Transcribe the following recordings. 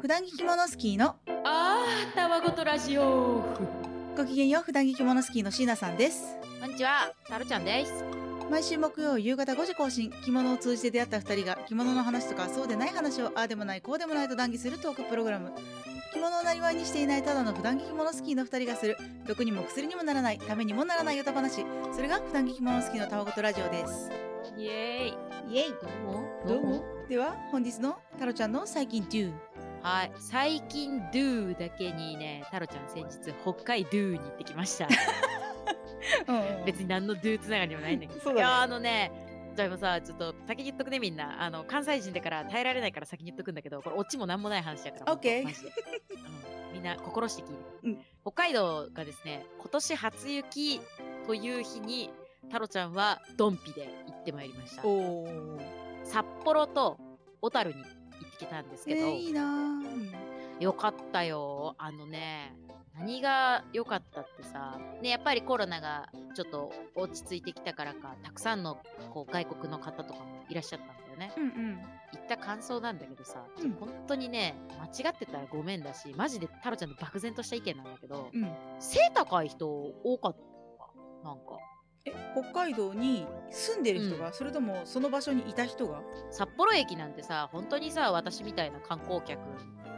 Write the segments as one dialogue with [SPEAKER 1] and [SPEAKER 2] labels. [SPEAKER 1] 普段着着物スキーの
[SPEAKER 2] あー、たわごとラジオ。
[SPEAKER 1] ごきげんよう普段着着物スキーの椎名さんです
[SPEAKER 2] こんにちは、たるちゃんです。
[SPEAKER 1] 毎週木曜夕方5時更新着物を通じて出会った2人が着物の話とかそうでない話をああでもないこうでもないと談義するトークプログラム着物をなりわいにしていないただの普段着着物スキーの2人がする毒にも薬にもならないためにもならない歌話それが普段着着物スキーのたわごとラジオです
[SPEAKER 2] イエーイ。
[SPEAKER 1] イエイ
[SPEAKER 2] どうも。
[SPEAKER 1] では本日のタロちゃんの最近 Do
[SPEAKER 2] はい、最近ドゥだけにね、たろちゃん先日北海ドゥに行ってきました。別に何のドゥつながりもないんだけ ど。
[SPEAKER 1] そうだね
[SPEAKER 2] いや、あのね。じゃあ今さちょっと先に言っとくねみんなあの関西人だから耐えられないから先に言っとくんだけどこれオチも何もない話だから
[SPEAKER 1] オッケー
[SPEAKER 2] マジでうんみんな心して聞いて、
[SPEAKER 1] うん
[SPEAKER 2] 北海道がですね今年初雪という日にタロちゃんはドンピで行ってまいりました
[SPEAKER 1] おおー
[SPEAKER 2] 札幌と小樽に行ってきたんです
[SPEAKER 1] え
[SPEAKER 2] けど、
[SPEAKER 1] ー、いいなーうん
[SPEAKER 2] よかったよあのね何が良かったってさ、ね、やっぱりコロナがちょっと落ち着いてきたからかたくさんのこう外国の方とかもいらっしゃったんだよね
[SPEAKER 1] うんうん
[SPEAKER 2] 行った感想なんだけどさ、ちょ
[SPEAKER 1] うん
[SPEAKER 2] 本当にね間違ってたらごめんだしマジで太郎ちゃんの漠然とした意見なんだけど
[SPEAKER 1] うん
[SPEAKER 2] 背高い人多かったなんか
[SPEAKER 1] え北海道に住んでる人が、それともその場所にいた人が
[SPEAKER 2] 札幌駅なんてさ本当にさ私みたいな観光客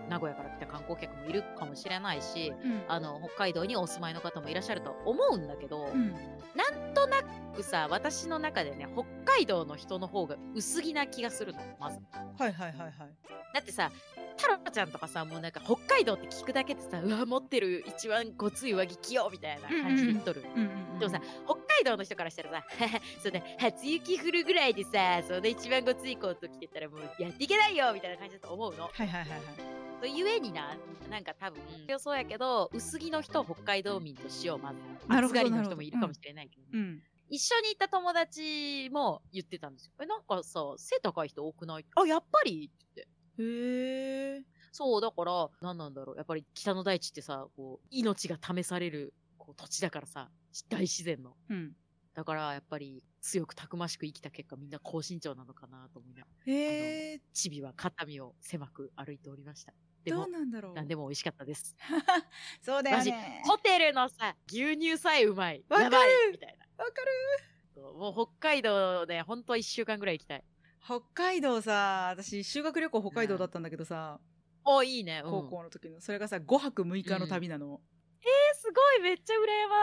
[SPEAKER 2] 名古屋から来た観光客もいるかもしれないし
[SPEAKER 1] うん
[SPEAKER 2] あの北海道にお住まいの方もいらっしゃると思うんだけど、
[SPEAKER 1] うん
[SPEAKER 2] なんとなくさ私の中でね北海道の人の方が薄着な気がするのまず
[SPEAKER 1] はいはいはいはい
[SPEAKER 2] だってさ太郎ちゃんとかさもうなんか北海道って聞くだけでさうわ持ってる一番ごつい上着着ようみたいな感じで言っとる、
[SPEAKER 1] うんうんうん
[SPEAKER 2] でもさ北海道の人からしたらさ そう、ね、初雪降るぐらいでさその一番ごついコート着てたらもうやっていけないよみたいな感じだと思う
[SPEAKER 1] は
[SPEAKER 2] の。
[SPEAKER 1] いはいはいはい
[SPEAKER 2] とゆえにななんか多分予想やけど薄着の人を北海道民としようまず
[SPEAKER 1] なるほ
[SPEAKER 2] 暑
[SPEAKER 1] ど
[SPEAKER 2] がりの
[SPEAKER 1] なるほ
[SPEAKER 2] 人
[SPEAKER 1] ど
[SPEAKER 2] もいるかもしれないけど、
[SPEAKER 1] うん
[SPEAKER 2] 一緒に行った友達も言ってたんですよ。え、なんかさ、背高い人多くないあ、やっぱりって言っ
[SPEAKER 1] へ
[SPEAKER 2] て。
[SPEAKER 1] え
[SPEAKER 2] そう、だから、何なんだろう。やっぱり北の大地ってさ、こう、命が試されるこう土地だからさ、大自然の。
[SPEAKER 1] うん
[SPEAKER 2] だから、やっぱり強くたくましく生きた結果、みんな高身長なのかなと思いながら、
[SPEAKER 1] へえ
[SPEAKER 2] チビは肩身を狭く歩いておりました。で
[SPEAKER 1] ど
[SPEAKER 2] も
[SPEAKER 1] う、なんだろう
[SPEAKER 2] 何でも美味しかったです。
[SPEAKER 1] そうだよね
[SPEAKER 2] ホテルのさ、牛乳さえうまい。
[SPEAKER 1] わか
[SPEAKER 2] や
[SPEAKER 1] る
[SPEAKER 2] ばいみたいな。
[SPEAKER 1] わかる
[SPEAKER 2] もう北海道で、ほんと1週間ぐらい行きたい。
[SPEAKER 1] 北海道さ私修学旅行北海道だったんだけどさ、
[SPEAKER 2] お、いいね。うん
[SPEAKER 1] 高校の時のそれがさ5泊6日の旅なの、
[SPEAKER 2] すごいめっちゃ羨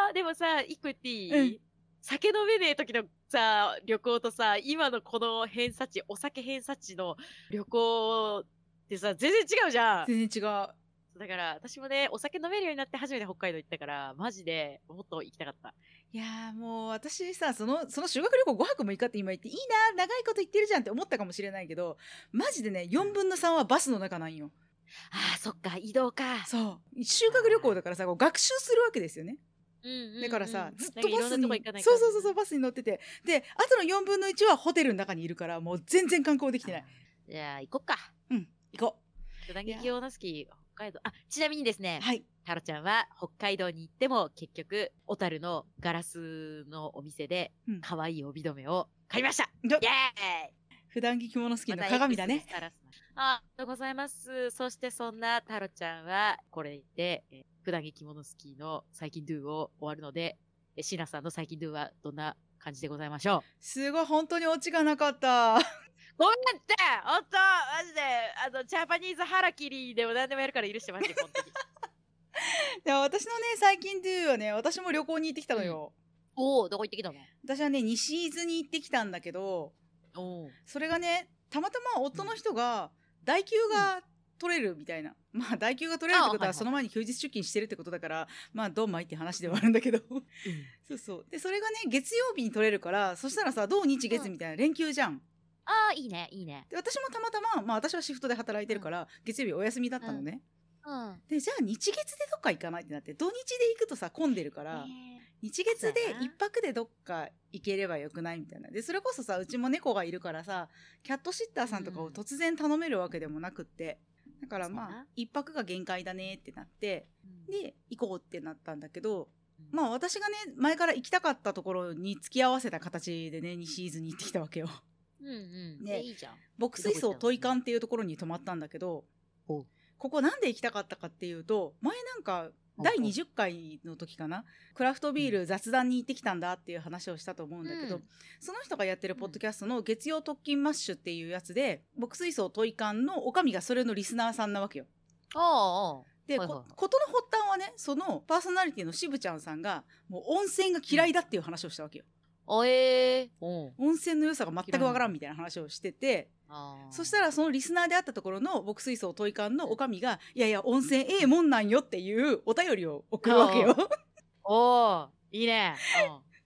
[SPEAKER 2] までもさ一個言っていい、
[SPEAKER 1] うん
[SPEAKER 2] 酒飲めねえ時のさ旅行とさ今のこの偏差値お酒偏差値の旅行ってさ全然違うじゃん
[SPEAKER 1] 全然違う
[SPEAKER 2] だから私もねお酒飲めるようになって初めて北海道行ったからマジでもっと行きたかった
[SPEAKER 1] いやーもう私さそのその修学旅行5泊6日って今言っていいな長いこと言ってるじゃんって思ったかもしれないけどマジでね4分の3はバスの中なんよ
[SPEAKER 2] あーそっか移動か
[SPEAKER 1] そう修学旅行だからさこう学習するわけですよね
[SPEAKER 2] うんうんうん
[SPEAKER 1] だからさ、ずっと
[SPEAKER 2] なんかい
[SPEAKER 1] バ
[SPEAKER 2] ろん
[SPEAKER 1] ス
[SPEAKER 2] な
[SPEAKER 1] に
[SPEAKER 2] とこ行かない
[SPEAKER 1] そうそうそうそうバスに乗っててであとの4分の1はホテルの中にいるからもう全然観光できてない
[SPEAKER 2] じゃあ行こっか
[SPEAKER 1] うん行こ
[SPEAKER 2] 打撃オナスキー北海道あちなみにですね
[SPEAKER 1] うはい
[SPEAKER 2] タロちゃんは北海道に行っても結局、小樽のガラスのお店で
[SPEAKER 1] うん
[SPEAKER 2] 可愛い帯留めを買いました、
[SPEAKER 1] ど
[SPEAKER 2] イエーイ
[SPEAKER 1] 普段着着物好きの鏡だね。
[SPEAKER 2] また X にさらすなあありがとうございます。そしてそんなタロちゃんは、これで、えー普段着着物スキーの最近ドゥを終わるので、えーシーナさんの最近ドゥはどんな感じでございましょ
[SPEAKER 1] すごい本当にオチがなかった
[SPEAKER 2] うごめんってほんとマジで、あの、ジャパニーズハラキリでも何でもやるから許してマジで、本当に。
[SPEAKER 1] で私のね最近 Do はね私も旅行に行ってきたのよ、
[SPEAKER 2] おおどこ行ってきたの
[SPEAKER 1] 私はね西伊豆に行ってきたんだけど
[SPEAKER 2] おお
[SPEAKER 1] それがねたまたま夫の人が代休が取れるみたいな、まあ代休が取れるってこと
[SPEAKER 2] あはいは
[SPEAKER 1] はいその前に休日出勤してるってことだから、まあどんまいって話ではあるんだけど そうそうでそれがね月曜日に取れるからそしたらさ土日月みたいな連休じゃん
[SPEAKER 2] ああ、いいね、いいね。
[SPEAKER 1] で私もたまたま、まあ、私はシフトで働いてるから、月曜日お休みだったのね、
[SPEAKER 2] うん。
[SPEAKER 1] でじゃあ日月でどっか行かないってなって土日で行くとさ混んでるから、
[SPEAKER 2] ね
[SPEAKER 1] 日月で
[SPEAKER 2] そうだな
[SPEAKER 1] 一泊でどっか行ければよくないみたいな。で、それこそさ、うちも猫がいるからさ、キャットシッターさんとかを突然頼めるわけでもなくって。だから
[SPEAKER 2] そうだ
[SPEAKER 1] まあ
[SPEAKER 2] な、
[SPEAKER 1] 一泊が限界だねってなって、
[SPEAKER 2] え
[SPEAKER 1] で、行こうってなったんだけど、
[SPEAKER 2] うん
[SPEAKER 1] まあ 私がね、前から行きたかったところに付き合わせた形でね、西伊豆に行ってきたわけよ。
[SPEAKER 2] うんうん。
[SPEAKER 1] ね
[SPEAKER 2] ね、いいじゃん。
[SPEAKER 1] 牧水槽トイカンっていうところに泊まったんだけど
[SPEAKER 2] ほう
[SPEAKER 1] ここなんで行きたかったかっていうと前なんか第
[SPEAKER 2] ほうほう
[SPEAKER 1] 20回の時かなクラフトビール雑談に行ってきたんだっていう話をしたと思うんだけど、
[SPEAKER 2] うん
[SPEAKER 1] その人がやってるポッドキャストの「月曜特勤マッシュ」っていうやつで牧水槽トイカンのおかみがそれのリスナーさんなわけよ。
[SPEAKER 2] ああ、ああ。
[SPEAKER 1] で、
[SPEAKER 2] はいはいはい
[SPEAKER 1] こ事の発端はねそのパーソナリティの渋ちゃんさんがもう温泉が嫌いだっていう話をしたわけよ。
[SPEAKER 2] あええうん。
[SPEAKER 1] 温泉の良さが全くわからんみたいな話をしてて。
[SPEAKER 2] ああ。
[SPEAKER 1] そしたらそのリスナーであったところの牧水槽トイカンのおかみが「いやいや温泉ええもんなんよ」っていうお便りを送るわけよ。
[SPEAKER 2] おおいい ね。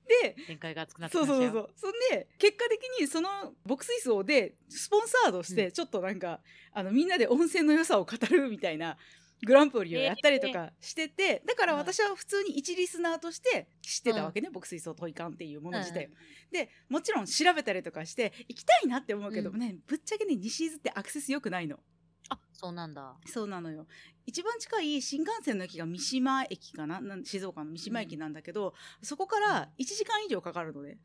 [SPEAKER 1] で
[SPEAKER 2] うん。展開が熱くなってき
[SPEAKER 1] そう
[SPEAKER 2] ました
[SPEAKER 1] そ
[SPEAKER 2] よ。
[SPEAKER 1] うそうそうそんで結果的にその牧水槽でスポンサードし
[SPEAKER 2] う
[SPEAKER 1] てちょっとなんか、あのみんなで温泉の良さを語るみたいなグランプリをやったりとかしてて、だから私は普通に一リスナーとして知ってたわけね、牧水槽トイカンっていうもの自体を。でもちろん調べたりとかして行きたいなって思うけど、
[SPEAKER 2] う
[SPEAKER 1] ねぶっちゃけね西伊豆ってアクセス良くないの。
[SPEAKER 2] あ、そうなんだ。
[SPEAKER 1] そうなのよ一番近い新幹線の駅が三島駅かななん静岡の三島駅なんだけど、そこから1時間以上かかるのね、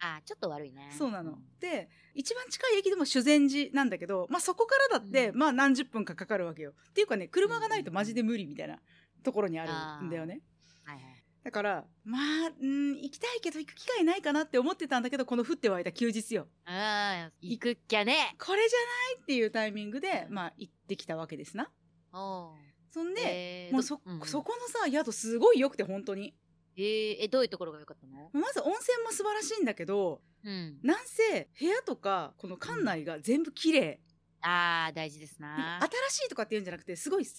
[SPEAKER 2] あ、ちょっと悪いね。
[SPEAKER 1] そうなので一番近い駅でも修善寺なんだけど、まあ、そこからだって、
[SPEAKER 2] う
[SPEAKER 1] まあ何十分かかかるわけよっていうかね車がないとマジで無理みたいなところにあるんだよね
[SPEAKER 2] はいはい。
[SPEAKER 1] だからまあうん行きたいけど行く機会ないかなって思ってたんだけどこの降って湧いた休日よ
[SPEAKER 2] ああ、行くっきゃね。
[SPEAKER 1] これじゃないっていうタイミングで、まあ、行ってきたわけですな
[SPEAKER 2] おお。
[SPEAKER 1] そんで、
[SPEAKER 2] えー
[SPEAKER 1] もうそ,、
[SPEAKER 2] どんん
[SPEAKER 1] そこのさ宿すごい良くて本当に
[SPEAKER 2] えーえ、どういうところが良かったの
[SPEAKER 1] まず温泉も素晴らしいんだけど
[SPEAKER 2] うん。
[SPEAKER 1] なんせ部屋とかこの館内が全部綺麗、
[SPEAKER 2] ああ、大事です
[SPEAKER 1] な。
[SPEAKER 2] なん
[SPEAKER 1] か新しいとかっていうんじゃなくてすごい清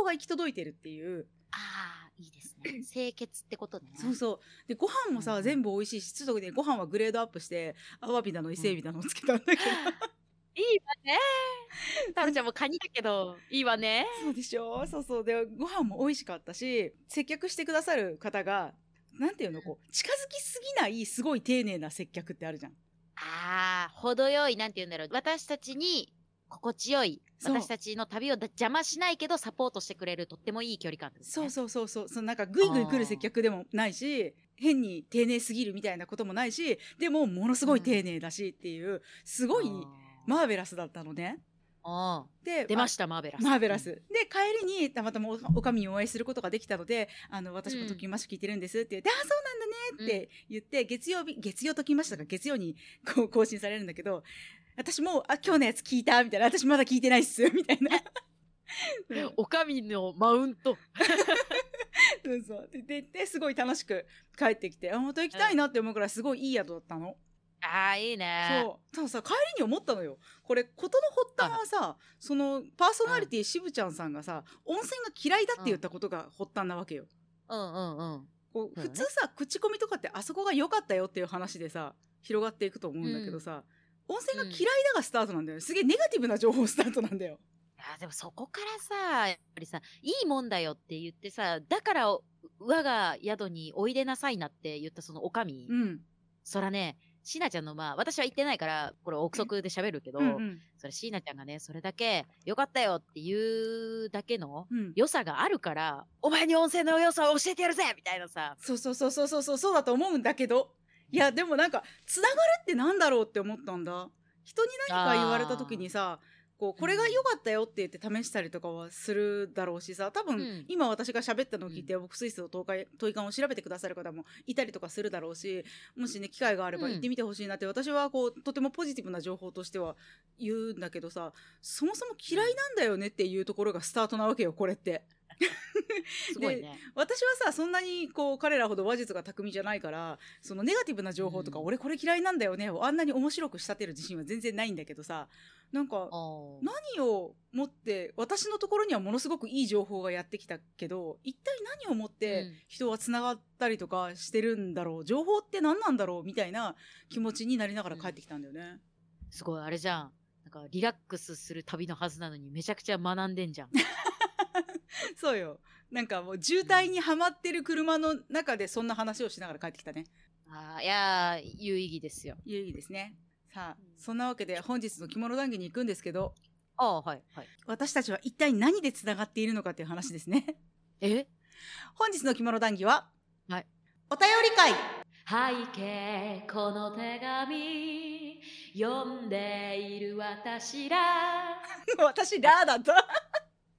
[SPEAKER 1] 掃が行き届いてるっていう、
[SPEAKER 2] ああ、いいです ね。清潔ってことね。
[SPEAKER 1] そうそうでご飯もさ、
[SPEAKER 2] うん
[SPEAKER 1] 全部美味しいしちょっとねご飯はグレードアップしてアワビだの伊勢エビだのつけたんだけ ど、
[SPEAKER 2] いいわね。タロちゃんもカニだけど、いいわね。
[SPEAKER 1] そうでしょそうそうでご飯も美味しかったし接客してくださる方がなんていうのこう近づきすぎないすごい丁寧な接客ってあるじゃん。
[SPEAKER 2] ああ、程よい、なんて言うんだろう。私たちに心地よい。
[SPEAKER 1] そう
[SPEAKER 2] 私たちの旅をだ邪魔しないけどサポートしてくれるとってもいい距離感です、ね。
[SPEAKER 1] そうそうそうそうそのなんかグイグイ来る接客でもないし変に丁寧すぎるみたいなこともないしでもものすごい丁寧だしっていうすごい
[SPEAKER 2] ま、
[SPEAKER 1] マーベラスだったのね。
[SPEAKER 2] あ
[SPEAKER 1] で
[SPEAKER 2] ー出ました、マーベラス。
[SPEAKER 1] マーベラス。で、帰りにたまたまおおかみにお会いすることができたので、あの、私もときまし聞いてるんですって言って、ああ、そうなんだねって言って、月曜日、月曜ときましたが月曜にこう更新されるんだけど、私も、あ、今日のやつ聞いたみたいな、私まだ聞いてないっす みたいな。うん
[SPEAKER 2] おかみのマウント。
[SPEAKER 1] そうそう。で、でですごい楽しく帰ってきて、あ、また行きたいなって思うくらいすごいいい宿だったの。
[SPEAKER 2] ああ、いいね。
[SPEAKER 1] そう。たださ、帰りに思ったのよ。これ、事の発端はさ、その、パーソナリティしぶちゃんさんがさ、温泉が嫌いだって言ったことが発端なわけよ。
[SPEAKER 2] う。うんうんうん。
[SPEAKER 1] こう
[SPEAKER 2] そうだ
[SPEAKER 1] 普
[SPEAKER 2] ね
[SPEAKER 1] 通さ、口コミとかってあそこが良かったよっていう話でさ、広がっていくと思うんだけどさ、温泉が嫌いだがスタートなんだよね。すげえネガティブな情報スタートなんだよ。
[SPEAKER 2] いやでもそこからさやっぱりさいいもんだよって言ってさだからお我が宿においでなさいなって言ったそのおかみ、
[SPEAKER 1] うん。
[SPEAKER 2] そらねしなちゃんのまあ私は行ってないからこれ憶測で喋るけど、
[SPEAKER 1] うんうん。
[SPEAKER 2] それしなちゃんがねそれだけよかったよっていうだけの
[SPEAKER 1] うん。
[SPEAKER 2] 良さがあるからお前に温泉の良さを教えてやるぜみたいなさ
[SPEAKER 1] そうそうそうそうそうそうそうだと思うんだけどいやでもなんかつながるってなんだろうって思ったんだ人に何か言われた時にさこうこれが良かったよって言って試したりとかはするだろうしさ多分、
[SPEAKER 2] うん
[SPEAKER 1] 今私が喋ったのを聞いて、僕スイスの東海問い館を調べてくださる方もいたりとかするだろうしもしね機会があれば
[SPEAKER 2] うん
[SPEAKER 1] 行ってみてほしいなって、私はこうとてもポジティブな情報としては言うんだけどさそもそも嫌いなんだよねっていうところがスタートなわけよこれって。
[SPEAKER 2] すごいね
[SPEAKER 1] 私はさそんなにこう彼らほど話術が巧みじゃないからそのネガティブな情報とか、
[SPEAKER 2] うん
[SPEAKER 1] 俺これ嫌いなんだよねをあんなに面白く仕立てる自信は全然ないんだけどさなんか
[SPEAKER 2] おー
[SPEAKER 1] 何を持って私のところにはものすごくいい情報がやってきたけど一体何を持っ
[SPEAKER 2] う
[SPEAKER 1] て
[SPEAKER 2] ん
[SPEAKER 1] 人はつながったりとかしてるんだろう情報って何なんだろうみたいな気持ちになりながら帰ってきたんだよね。
[SPEAKER 2] すごいあれじゃんなんかリラックスする旅のはずなのにめちゃくちゃ学んでんじゃん
[SPEAKER 1] そうよなんかもう渋滞にはまってる車の中でそんな話をしながら帰ってきたね。
[SPEAKER 2] あーいやー有意義ですよ
[SPEAKER 1] 有意義ですね。さあ、
[SPEAKER 2] うん
[SPEAKER 1] そんなわけで本日の着物談義に行くんですけど、
[SPEAKER 2] ああはいはい
[SPEAKER 1] 私たちは一体何でつながっているのかという話です ね。
[SPEAKER 2] え
[SPEAKER 1] 本日の着物談義は、
[SPEAKER 2] はい
[SPEAKER 1] お便り会
[SPEAKER 2] 背景この手紙読んでいる私ら
[SPEAKER 1] 私ラーだと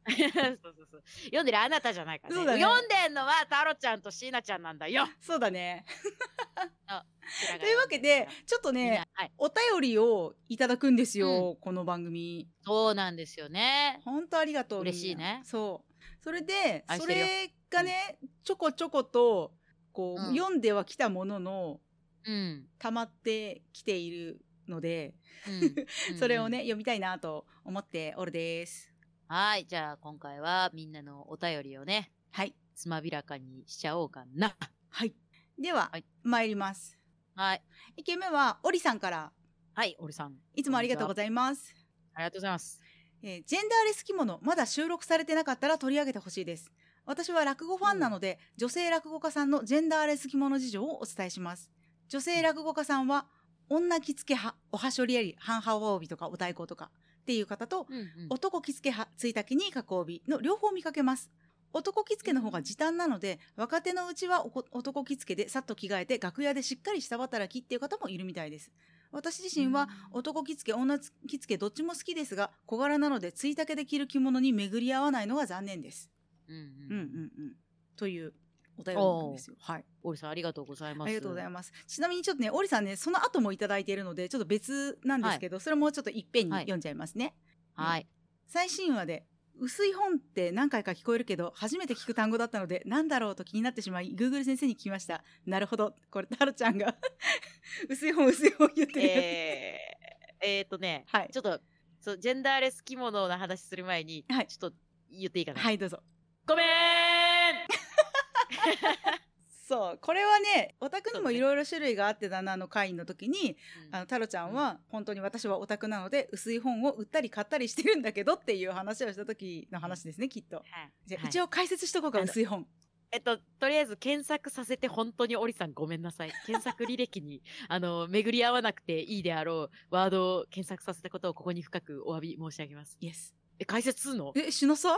[SPEAKER 2] そうそうそう読んでるあなたじゃないから、ね
[SPEAKER 1] そうだね
[SPEAKER 2] 読んでんのはタロちゃんとシーナちゃんなん だよ
[SPEAKER 1] そうだね
[SPEAKER 2] と
[SPEAKER 1] というわけでちょっと
[SPEAKER 2] みん
[SPEAKER 1] ね
[SPEAKER 2] なはい、
[SPEAKER 1] お便りをいただくんですよ、この番組
[SPEAKER 2] そうなんですよね
[SPEAKER 1] 本当ありがとう
[SPEAKER 2] 嬉しいね
[SPEAKER 1] みんなそうそれで
[SPEAKER 2] 愛し
[SPEAKER 1] そ
[SPEAKER 2] てるよ
[SPEAKER 1] れがねちょこちょことこう、
[SPEAKER 2] うん
[SPEAKER 1] 読んではきたものの
[SPEAKER 2] うん、
[SPEAKER 1] 溜まってきているので、
[SPEAKER 2] うん
[SPEAKER 1] それを
[SPEAKER 2] うんうん
[SPEAKER 1] ね読みたいなと思っておるです
[SPEAKER 2] はいじゃあ今回はみんなのお便りをね
[SPEAKER 1] はい
[SPEAKER 2] つまびらかにしちゃおうかな
[SPEAKER 1] はいでは、
[SPEAKER 2] はい
[SPEAKER 1] 参ります
[SPEAKER 2] はい
[SPEAKER 1] 1件目はオリさんから
[SPEAKER 2] はい俺さん
[SPEAKER 1] いつもありがとうございます
[SPEAKER 2] ありがとうございます
[SPEAKER 1] えージェンダーレス着物まだ収録されてなかったら取り上げてほしいです私は落語ファンなので、女性落語家さんのジェンダーレス着物事情をお伝えします女性落語家さんは女着付け派おはしょりやり半羽帯とかお太鼓とかっていう方と
[SPEAKER 2] うんうん
[SPEAKER 1] 男着付け派ついたきに加工日の両方見かけます男着付けの方が時短なので若手のうちはおこ男着付けでさっと着替えて楽屋でしっかり下働きっていう方もいるみたいです私自身は男着付け女着付けどっちも好きですが小柄なのでついたけで着る着物に巡り合わないのが残念です。
[SPEAKER 2] うんう
[SPEAKER 1] うんうん
[SPEAKER 2] ん
[SPEAKER 1] うん、というお便りなんですよ。はい、
[SPEAKER 2] オリさんありがとうございます
[SPEAKER 1] ありがとうございます。ちなみにちょっとね、オリさんね、その後もいただいているので、ちょっと別なんですけど、それもちょっといっぺんに
[SPEAKER 2] はい
[SPEAKER 1] 読んじゃいますね。
[SPEAKER 2] はい
[SPEAKER 1] 最新話で薄い本って何回か聞こえるけど初めて聞く単語だったので何だろうと気になってしまい Google 先生に聞きましたなるほどこれタロちゃんが 薄い本薄い本言ってるやつ、
[SPEAKER 2] えー、えー、とね
[SPEAKER 1] はい
[SPEAKER 2] ちょっとそうジェンダーレス着物の話する前に、
[SPEAKER 1] はい
[SPEAKER 2] ちょっと言っていいかな、
[SPEAKER 1] はいどうぞ
[SPEAKER 2] ごめーん
[SPEAKER 1] そうこれはねオタクに
[SPEAKER 2] そう
[SPEAKER 1] も
[SPEAKER 2] ね
[SPEAKER 1] いろいろ種類があってだなの会の時に、
[SPEAKER 2] うん
[SPEAKER 1] あのタロちゃんは本当に私はオタクなので薄い本を売ったり買ったりしてるんだけどっていう話をした時の話ですねきっと
[SPEAKER 2] はい
[SPEAKER 1] じゃあ
[SPEAKER 2] はい
[SPEAKER 1] 一応解説しとこうか、
[SPEAKER 2] あの
[SPEAKER 1] 薄い本
[SPEAKER 2] えっと、とりあえず検索させて本当にオリさんごめんなさい。検索履歴に、 あの、巡り合わなくていいであろうワードを検索させたことをここに深くお詫び申し上げます。
[SPEAKER 1] イエス
[SPEAKER 2] え、解説すんの
[SPEAKER 1] えしなさい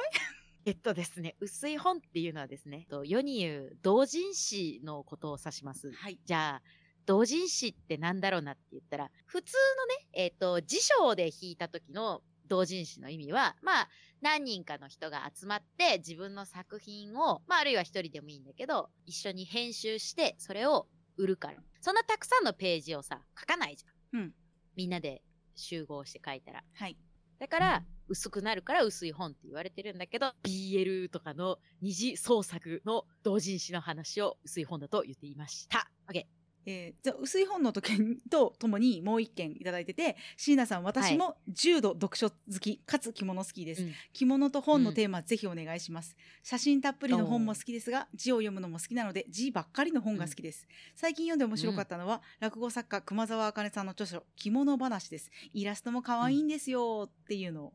[SPEAKER 2] えっとですね、薄い本っていうのはですね、えっと世に言う同人誌のことを指します。
[SPEAKER 1] はい
[SPEAKER 2] じゃあ、同人誌ってなんだろうなって言ったら、普通のね、えっ、と、辞書で引いた時の同人誌の意味は、まあ、何人かの人が集まって自分の作品を、まあ、あるいは一人でもいいんだけど、一緒に編集して、それを売るから。そんなたくさんのページをさ、書かないじゃん。
[SPEAKER 1] うん
[SPEAKER 2] みんなで集合して書いたら。
[SPEAKER 1] はい
[SPEAKER 2] だから、薄くなるから薄い本って言われてるんだけど、BL とかの二次創作の同人誌の話を薄い本だと言っていました。OK。
[SPEAKER 1] えーじゃあ薄い本の時とともにもう一件いただいてて椎名さん私も重度読書好きかつ着物好きです、
[SPEAKER 2] うん
[SPEAKER 1] 着物と本のテーマ、ぜひお願いします写真たっぷりの本も好きですが字を読むのも好きなので字ばっかりの本が好きです、最近読んで面白かったのは、落語作家熊沢茜さんの著書「着物話」ですイラストも可愛いんですよっていうのを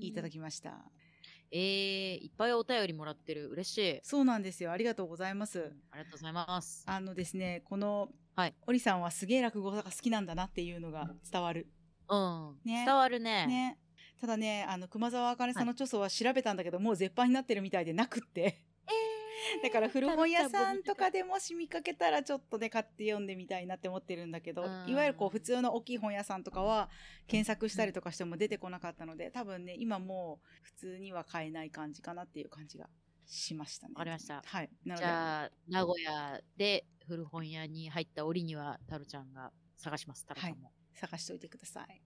[SPEAKER 1] いただ
[SPEAKER 2] き。
[SPEAKER 1] きました、
[SPEAKER 2] えー、いっぱいお便りもらってる。嬉しい。
[SPEAKER 1] そうなんですよありがとうございます
[SPEAKER 2] ありがとうございます。
[SPEAKER 1] あのですねこの、
[SPEAKER 2] はい
[SPEAKER 1] オリさんはすげえ落語が好きなんだなっていうのが伝わる
[SPEAKER 2] うん。
[SPEAKER 1] ね
[SPEAKER 2] 伝わるね。
[SPEAKER 1] ね、ただねあの熊沢茜さんの著書は調べたんだけど、もう絶版になってるみたいでなく って
[SPEAKER 2] えー
[SPEAKER 1] だから古本屋さんとかでもし見かけたらちょっとね買って読んでみたいなって思ってるんだけど
[SPEAKER 2] うん
[SPEAKER 1] いわゆるこう普通の大きい本屋さんとかは検索したりとかしても出てこなかったので多分ね今もう普通には買えない感じかなっていう感じがしましたね。
[SPEAKER 2] わかりました
[SPEAKER 1] はい、なの
[SPEAKER 2] じ
[SPEAKER 1] で
[SPEAKER 2] ゃあ、名古屋で古本屋に入った折には、タロちゃんが探します。タロちゃんも。
[SPEAKER 1] 探しておいてください。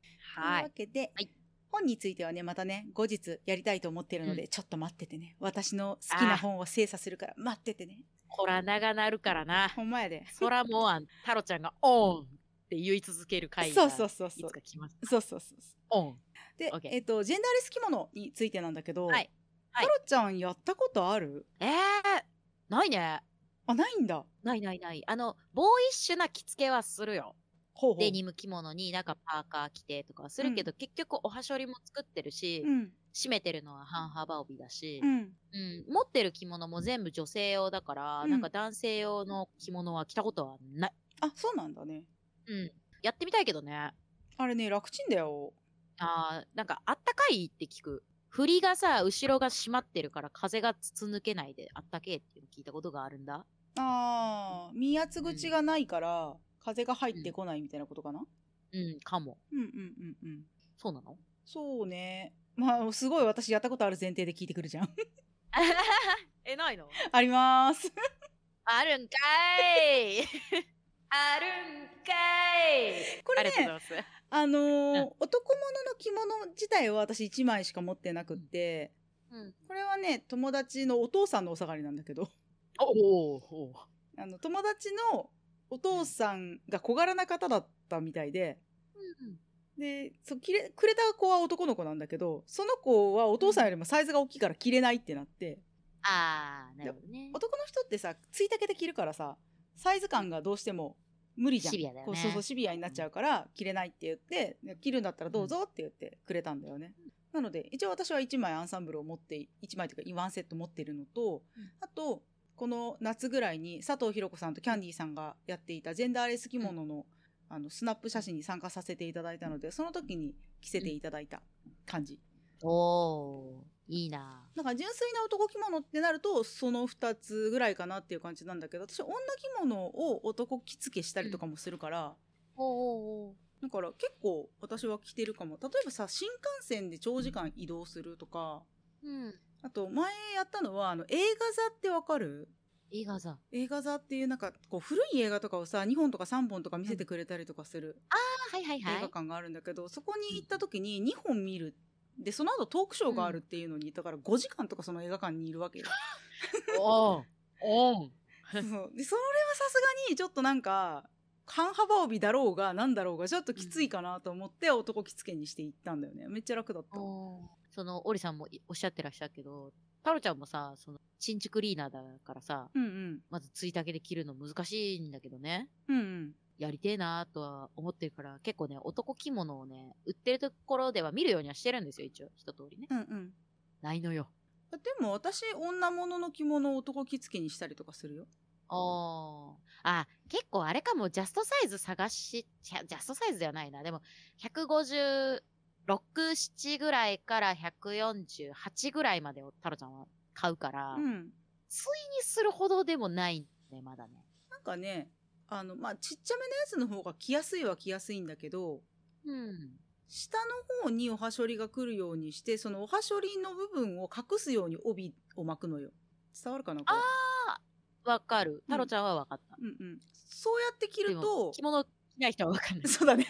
[SPEAKER 1] とい
[SPEAKER 2] はい。
[SPEAKER 1] うわけで、
[SPEAKER 2] はい
[SPEAKER 1] 本についてはねまたね後日やりたいと思ってるので、
[SPEAKER 2] う
[SPEAKER 1] ちょっと待っててね私の好きな本を精査するから待っててね
[SPEAKER 2] こら、長なるからな。
[SPEAKER 1] ほんまやで
[SPEAKER 2] そらもうあん、タロちゃんがオンって言い続ける回が
[SPEAKER 1] そうそうそう
[SPEAKER 2] い
[SPEAKER 1] そう
[SPEAKER 2] つか来ます。
[SPEAKER 1] そうそうそうそう
[SPEAKER 2] オン。
[SPEAKER 1] で、
[SPEAKER 2] OK
[SPEAKER 1] えっとジェンダーレス着物についてなんだけど、
[SPEAKER 2] はいはい
[SPEAKER 1] タロちゃんやったことある
[SPEAKER 2] えー、ないね。
[SPEAKER 1] あないんだ
[SPEAKER 2] ないないない。あの、ボーイッシュな着付けはするよ。
[SPEAKER 1] ほうほう
[SPEAKER 2] デニム着物になんかパーカー着てとかするけど、結局おはしょりも作ってるし、
[SPEAKER 1] うん
[SPEAKER 2] 締めてるのは半幅帯だし
[SPEAKER 1] う、ん
[SPEAKER 2] うん持ってる着物も全部女性用だから、
[SPEAKER 1] うん
[SPEAKER 2] なんか男性用の着物は着たことはない。
[SPEAKER 1] あそうなんだね
[SPEAKER 2] うん、やってみたいけどね。
[SPEAKER 1] あれね楽ちんだよ
[SPEAKER 2] あーなんかあったかいって聞く。振りがさ、後ろが締まってるから風が筒抜けないであったけえっていうの聞いたことがあるんだ。
[SPEAKER 1] あー身厚口がないから、風が入ってこないみたいなことかな、
[SPEAKER 2] ううん、かも。
[SPEAKER 1] うんうんうんうん。
[SPEAKER 2] そうな の
[SPEAKER 1] そうね。まあ、すごい私やったことある前提で聞いてくるじゃん。
[SPEAKER 2] え、ないの
[SPEAKER 1] あります。
[SPEAKER 2] あるんかい あるんかい
[SPEAKER 1] これ
[SPEAKER 2] ありがとうござい
[SPEAKER 1] ね、
[SPEAKER 2] ます。
[SPEAKER 1] あのー
[SPEAKER 2] うん
[SPEAKER 1] 男物の着物自体は私1枚しか持ってなくって、
[SPEAKER 2] うん、
[SPEAKER 1] これはね、友達のお父さんのお下がりなんだけど、
[SPEAKER 2] おおお
[SPEAKER 1] あの、友達のお父さんが小柄な方だったみたいで、
[SPEAKER 2] うん、
[SPEAKER 1] で、そう着れくれた子は男の子なんだけど、その子はお父さんよりもサイズが大きいから着れないってなって、
[SPEAKER 2] あー、なるほどね。
[SPEAKER 1] 男の人ってさついたけで着るからさサイズ感がどうしても無理じゃん
[SPEAKER 2] シビアだ
[SPEAKER 1] こ
[SPEAKER 2] よね
[SPEAKER 1] うそうそうシビアになっちゃうから着れないって言ってで着るんだったらどうぞって言ってくれたんだよね、なので一応私は1枚アンサンブルを持って1枚というか1セット持ってるのと、
[SPEAKER 2] うん
[SPEAKER 1] あとこの夏ぐらいに佐藤ひろ子さんとキャンディーさんがやっていたジェンダーレス着物の,、あのスナップ写真に参加させていただいたのでその時に着せていただいた感じ、
[SPEAKER 2] おー、いいな。
[SPEAKER 1] なんか純粋な男着物ってなるとその2つぐらいかなっていう感じなんだけど私女着物を男着付けしたりとかもするから、
[SPEAKER 2] おーおーお
[SPEAKER 1] だから結構私は着てるかも例えばさ新幹線で長時間移動するとか
[SPEAKER 2] ー。うん。
[SPEAKER 1] あと前やったのはあの映画座ってわかる
[SPEAKER 2] いいがさ。
[SPEAKER 1] 映画座っていうなんかこう古い映画とかをさ2本とか3本とか見せてくれたりとかする
[SPEAKER 2] あ、はいはい
[SPEAKER 1] 映
[SPEAKER 2] は
[SPEAKER 1] 画
[SPEAKER 2] い。
[SPEAKER 1] 館があるんだけど、そこに行った時に2本見るでその後トークショーがあるっていうのに、だから5時間とかその映画館にいるわけよ。
[SPEAKER 2] おーおー
[SPEAKER 1] そうでそれはさすがにちょっとなんか半幅帯だろうがなんだろうがちょっときついかなと思って男着付けにしていったんだよねめっちゃ楽だった
[SPEAKER 2] その、オリさんもいおっしゃってらっしゃるけど、タロちゃんもさ、その、新築リーナーだからさ、
[SPEAKER 1] うんうん
[SPEAKER 2] まずついたけで着るの難しいんだけどね。
[SPEAKER 1] うんうん
[SPEAKER 2] やりてえなとは思ってるから、結構ね、男着物をね、売ってるところでは見るようにはしてるんですよ、一応。一通りね。
[SPEAKER 1] うんうん
[SPEAKER 2] ないのよ。
[SPEAKER 1] でも私女物の着物を男着付けにしたりとかするよ
[SPEAKER 2] おー。あ、結構あれかも、ジャストサイズ探し、ジャジャストサイズではないな。でも、156、7ぐらいから148ぐらいまでをタロちゃんは買うから、
[SPEAKER 1] うん
[SPEAKER 2] ついにするほどでもないね、まだね。
[SPEAKER 1] なんかねあのまあちっちゃめのやつの方が着やすいは着やすいんだけど
[SPEAKER 2] うん。
[SPEAKER 1] 下の方におはしょりが来るようにしてそのおはしょりの部分を隠すように帯を巻くのよ伝わるかなこれ
[SPEAKER 2] わかる。タロちゃんはわかった。
[SPEAKER 1] うんうんそうやって着
[SPEAKER 2] で
[SPEAKER 1] る
[SPEAKER 2] も
[SPEAKER 1] と
[SPEAKER 2] 着物着ない人はわかんない。
[SPEAKER 1] そうだね。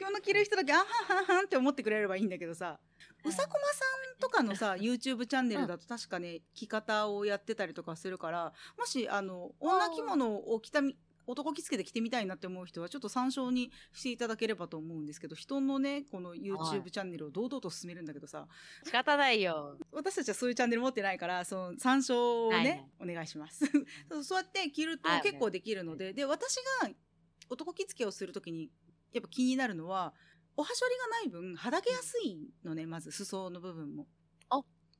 [SPEAKER 1] 今日の着る人だけ、あはんはんはんって思ってくれればいいんだけどさ、 うさこまさんとかのさ、YouTube チャンネルだと確かね、着方をやってたりとかするから、もし、あの、女着物を着たみ、男着付けて着てみたいなって思う人は、ちょっと参照にしていただければと思うんですけど、人のね、この
[SPEAKER 2] は
[SPEAKER 1] YouTube
[SPEAKER 2] い
[SPEAKER 1] チャンネルを堂々と進めるんだけどさ、
[SPEAKER 2] 仕方ないよ。
[SPEAKER 1] 私たちはそういうチャンネル持ってないから、その参照をね、
[SPEAKER 2] はいはい
[SPEAKER 1] お願いします。 そうそうやって着ると
[SPEAKER 2] はい
[SPEAKER 1] 結構できるので、で、私が男着付けをするときに、やっぱ気になるのは、おはしょりがない分、はだけやすいのね、まず裾の部分も。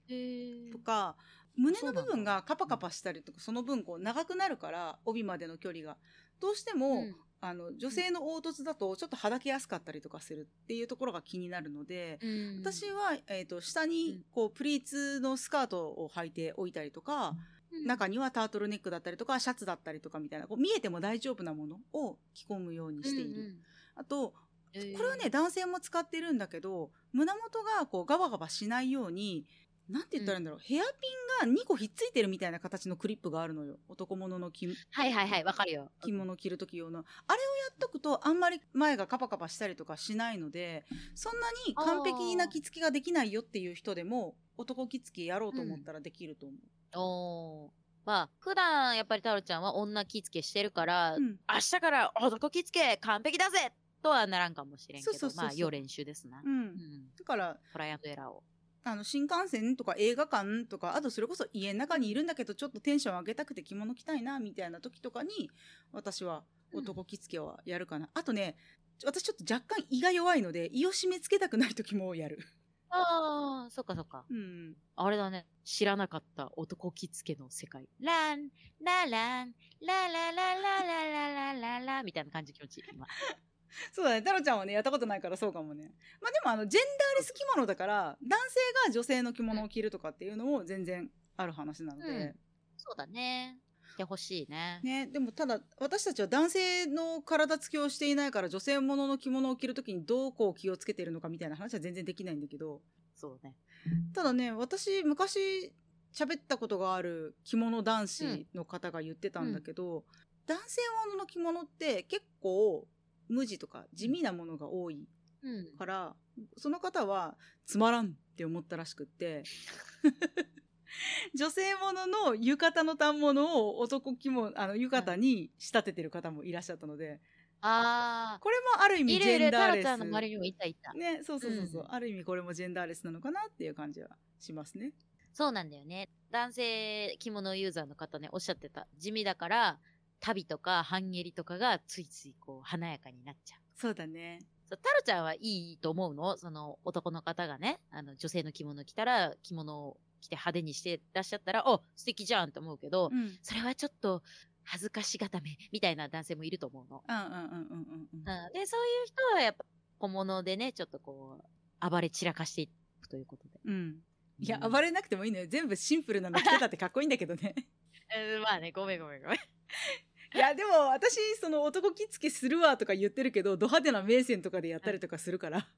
[SPEAKER 2] へー
[SPEAKER 1] とか、胸
[SPEAKER 2] そ
[SPEAKER 1] の
[SPEAKER 2] うな
[SPEAKER 1] 部
[SPEAKER 2] んだ
[SPEAKER 1] 分がカパカパしたりとか、その分こう長くなるから、帯までの距離が。どうしても、
[SPEAKER 2] うん
[SPEAKER 1] あの、女性の凹凸だとちょっとはだけやすかったりとかするっていうところが気になるので、
[SPEAKER 2] うん
[SPEAKER 1] 私は、えー、と下にこうプリーツのスカートを履いておいたりとか、
[SPEAKER 2] うん
[SPEAKER 1] 中にはタートルネックだったりとかシャツだったりとかみたいなこう見えても大丈夫なものを着込むようにしている、
[SPEAKER 2] うんうん
[SPEAKER 1] あと
[SPEAKER 2] えー
[SPEAKER 1] これはね男性も使ってるんだけど胸元がこうガバガバしないようになんて言ったらいいんだろう、ヘアピンが2個ひっついてるみたいな形のクリップがあるのよ男物の着
[SPEAKER 2] はいはいはい、わかるよ。
[SPEAKER 1] 着物着る時用のあれをやっとくとあんまり前がカパカパしたりとかしないのでそんなに完璧な着付けができないよっていう人でも男着付けやろうと思ったらできると思う。
[SPEAKER 2] おーまあ、普段やっぱりタロちゃんは女着付けしてるから、
[SPEAKER 1] うん
[SPEAKER 2] 明日から男着付け完璧だぜとはならんかもしれんけど、
[SPEAKER 1] そうそうそうそう
[SPEAKER 2] まあ、要練習ですな。
[SPEAKER 1] うん
[SPEAKER 2] うん。
[SPEAKER 1] だから
[SPEAKER 2] トライアンドエラーを。
[SPEAKER 1] あの新幹線とか映画館とかあとそれこそ家の中にいるんだけどちょっとテンション上げたくて着物着たいなみたいな時とかに私は男着付けはやるかな、あとね私ちょっと若干胃が弱いので胃を締め付けたくない時もやる。
[SPEAKER 2] ああ、そっかそっか。
[SPEAKER 1] うん
[SPEAKER 2] あれだね。知らなかった男着付けの世界。ラン、ララン、ラララララララララみたいな感じの気持ち。今
[SPEAKER 1] そうだね。太郎ちゃんはね、やったことないからそうかもね。まあでも、あの、ジェンダーレス着物だから、男性が女性の着物を着るとかっていうのも全然ある話なので。
[SPEAKER 2] うんそうだね。てほしいね。
[SPEAKER 1] ね、でもただ私たちは男性の体つきをしていないから女性ものの着物を着るときにどうこう気をつけてるのかみたいな話は全然できないんだけど
[SPEAKER 2] そうね。
[SPEAKER 1] ただね私昔喋ったことがある着物男子の方が言ってたんだけど、男性ものの着物って結構無地とか地味なものが多い
[SPEAKER 2] うん。
[SPEAKER 1] からその方はつまらんって思ったらしくって 女性ものの浴衣の反物を男着物あの浴衣に仕立ててる方もいらっしゃったので
[SPEAKER 2] あ
[SPEAKER 1] これもある意
[SPEAKER 2] ー。い
[SPEAKER 1] 味ジ
[SPEAKER 2] るい
[SPEAKER 1] ェン
[SPEAKER 2] る、タ
[SPEAKER 1] ダー
[SPEAKER 2] ロ
[SPEAKER 1] レ
[SPEAKER 2] ちゃんの周
[SPEAKER 1] ス
[SPEAKER 2] りにもいたいた。
[SPEAKER 1] ねそうそうそうそう、
[SPEAKER 2] うん
[SPEAKER 1] ある意味これもジェンダーレスなのかなっていう感じはしますね
[SPEAKER 2] そうなんだよね。男性着物ユーザーの方ね、おっしゃってた。地味だから、旅とか半蹴りとかがついついこう華やかになっちゃう。
[SPEAKER 1] そうだね
[SPEAKER 2] そうタロちゃんはいいと思うのその男の方がね、あの女性の着物着たら、着物を着て派手にしてらっしゃったら、お素敵じゃんと思うけど、
[SPEAKER 1] うんうんうん
[SPEAKER 2] それはちょっと恥ずかしがためみたいな男性もいると思うの。
[SPEAKER 1] うんうんうんうん
[SPEAKER 2] うん、で、そういう人はやっぱ小物でね、ちょっとこう、暴れ散らかしていくということで。
[SPEAKER 1] うんいや
[SPEAKER 2] うん
[SPEAKER 1] 暴れなくてもいいのよ全部シンプルなの着てたってかっこいいんだけどね
[SPEAKER 2] うんまあね、ごめんごめんごめん。
[SPEAKER 1] いやでも私その男着付けするわとか言ってるけどド派手な名線とかでやったりとかするから
[SPEAKER 2] あー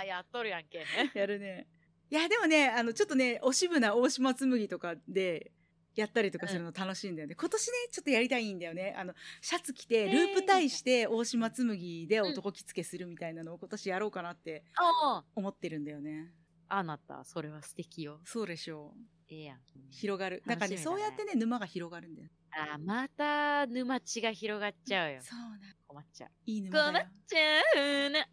[SPEAKER 2] あー、やっとるやんけ。
[SPEAKER 1] やるね。いや、でもね、あの、ちょっとね、おしぶな大島紬とかで、やったりとかするの楽しいんだよね。今年ね、ちょっとやりたいんだよね。あの、シャツ着て、
[SPEAKER 2] えー
[SPEAKER 1] ループ対して、大島紬で男着付けするみたいなのを今年やろうかなって
[SPEAKER 2] ああ、
[SPEAKER 1] 思ってるんだよね。
[SPEAKER 2] あなた、それは素敵よ。
[SPEAKER 1] そうでしょう。
[SPEAKER 2] ええやん。
[SPEAKER 1] 広がる。
[SPEAKER 2] 楽しみだ
[SPEAKER 1] だからね、そ
[SPEAKER 2] ね
[SPEAKER 1] うやってね、沼が広がるんだよ。
[SPEAKER 2] あーまた、沼地が広がっちゃうよ。
[SPEAKER 1] そうな。
[SPEAKER 2] 困っちゃう。
[SPEAKER 1] いい沼
[SPEAKER 2] 困
[SPEAKER 1] だよ
[SPEAKER 2] っ。ちゃうね。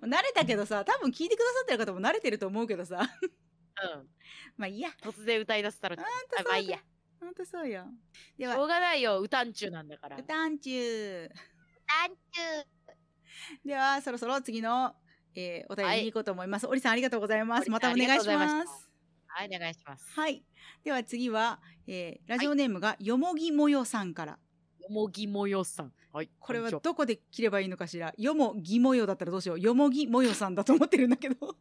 [SPEAKER 1] 慣れたけどさ、多分聞いてくださってる方も慣れてると思うけどさ。
[SPEAKER 2] うん。
[SPEAKER 1] まあいいや。
[SPEAKER 2] 突然歌い出すタロちゃん。
[SPEAKER 1] 当そう
[SPEAKER 2] あ、まあいいや。
[SPEAKER 1] ほんとそうよ。で
[SPEAKER 2] しょ
[SPEAKER 1] は、
[SPEAKER 2] うがないよ。歌んちゅうなんだから。
[SPEAKER 1] 歌んちゅう。
[SPEAKER 2] んちゅう。
[SPEAKER 1] ではそろそろ次の、えーお便りに行こうと思います。おりさんありがとうございま
[SPEAKER 2] お
[SPEAKER 1] す。
[SPEAKER 2] りさん
[SPEAKER 1] またお願いし
[SPEAKER 2] ありがとう
[SPEAKER 1] ま
[SPEAKER 2] ございまし
[SPEAKER 1] す。
[SPEAKER 2] はい、お願いします。
[SPEAKER 1] はい。では次は、えーラジオネームがよもぎもよさんから。
[SPEAKER 2] よもぎもよさん。はい。
[SPEAKER 1] これは
[SPEAKER 2] こんにち
[SPEAKER 1] どこで切ればいいのかしら。よもぎもよだったらどうしよう。よもぎもよさんだと思ってるんだけど。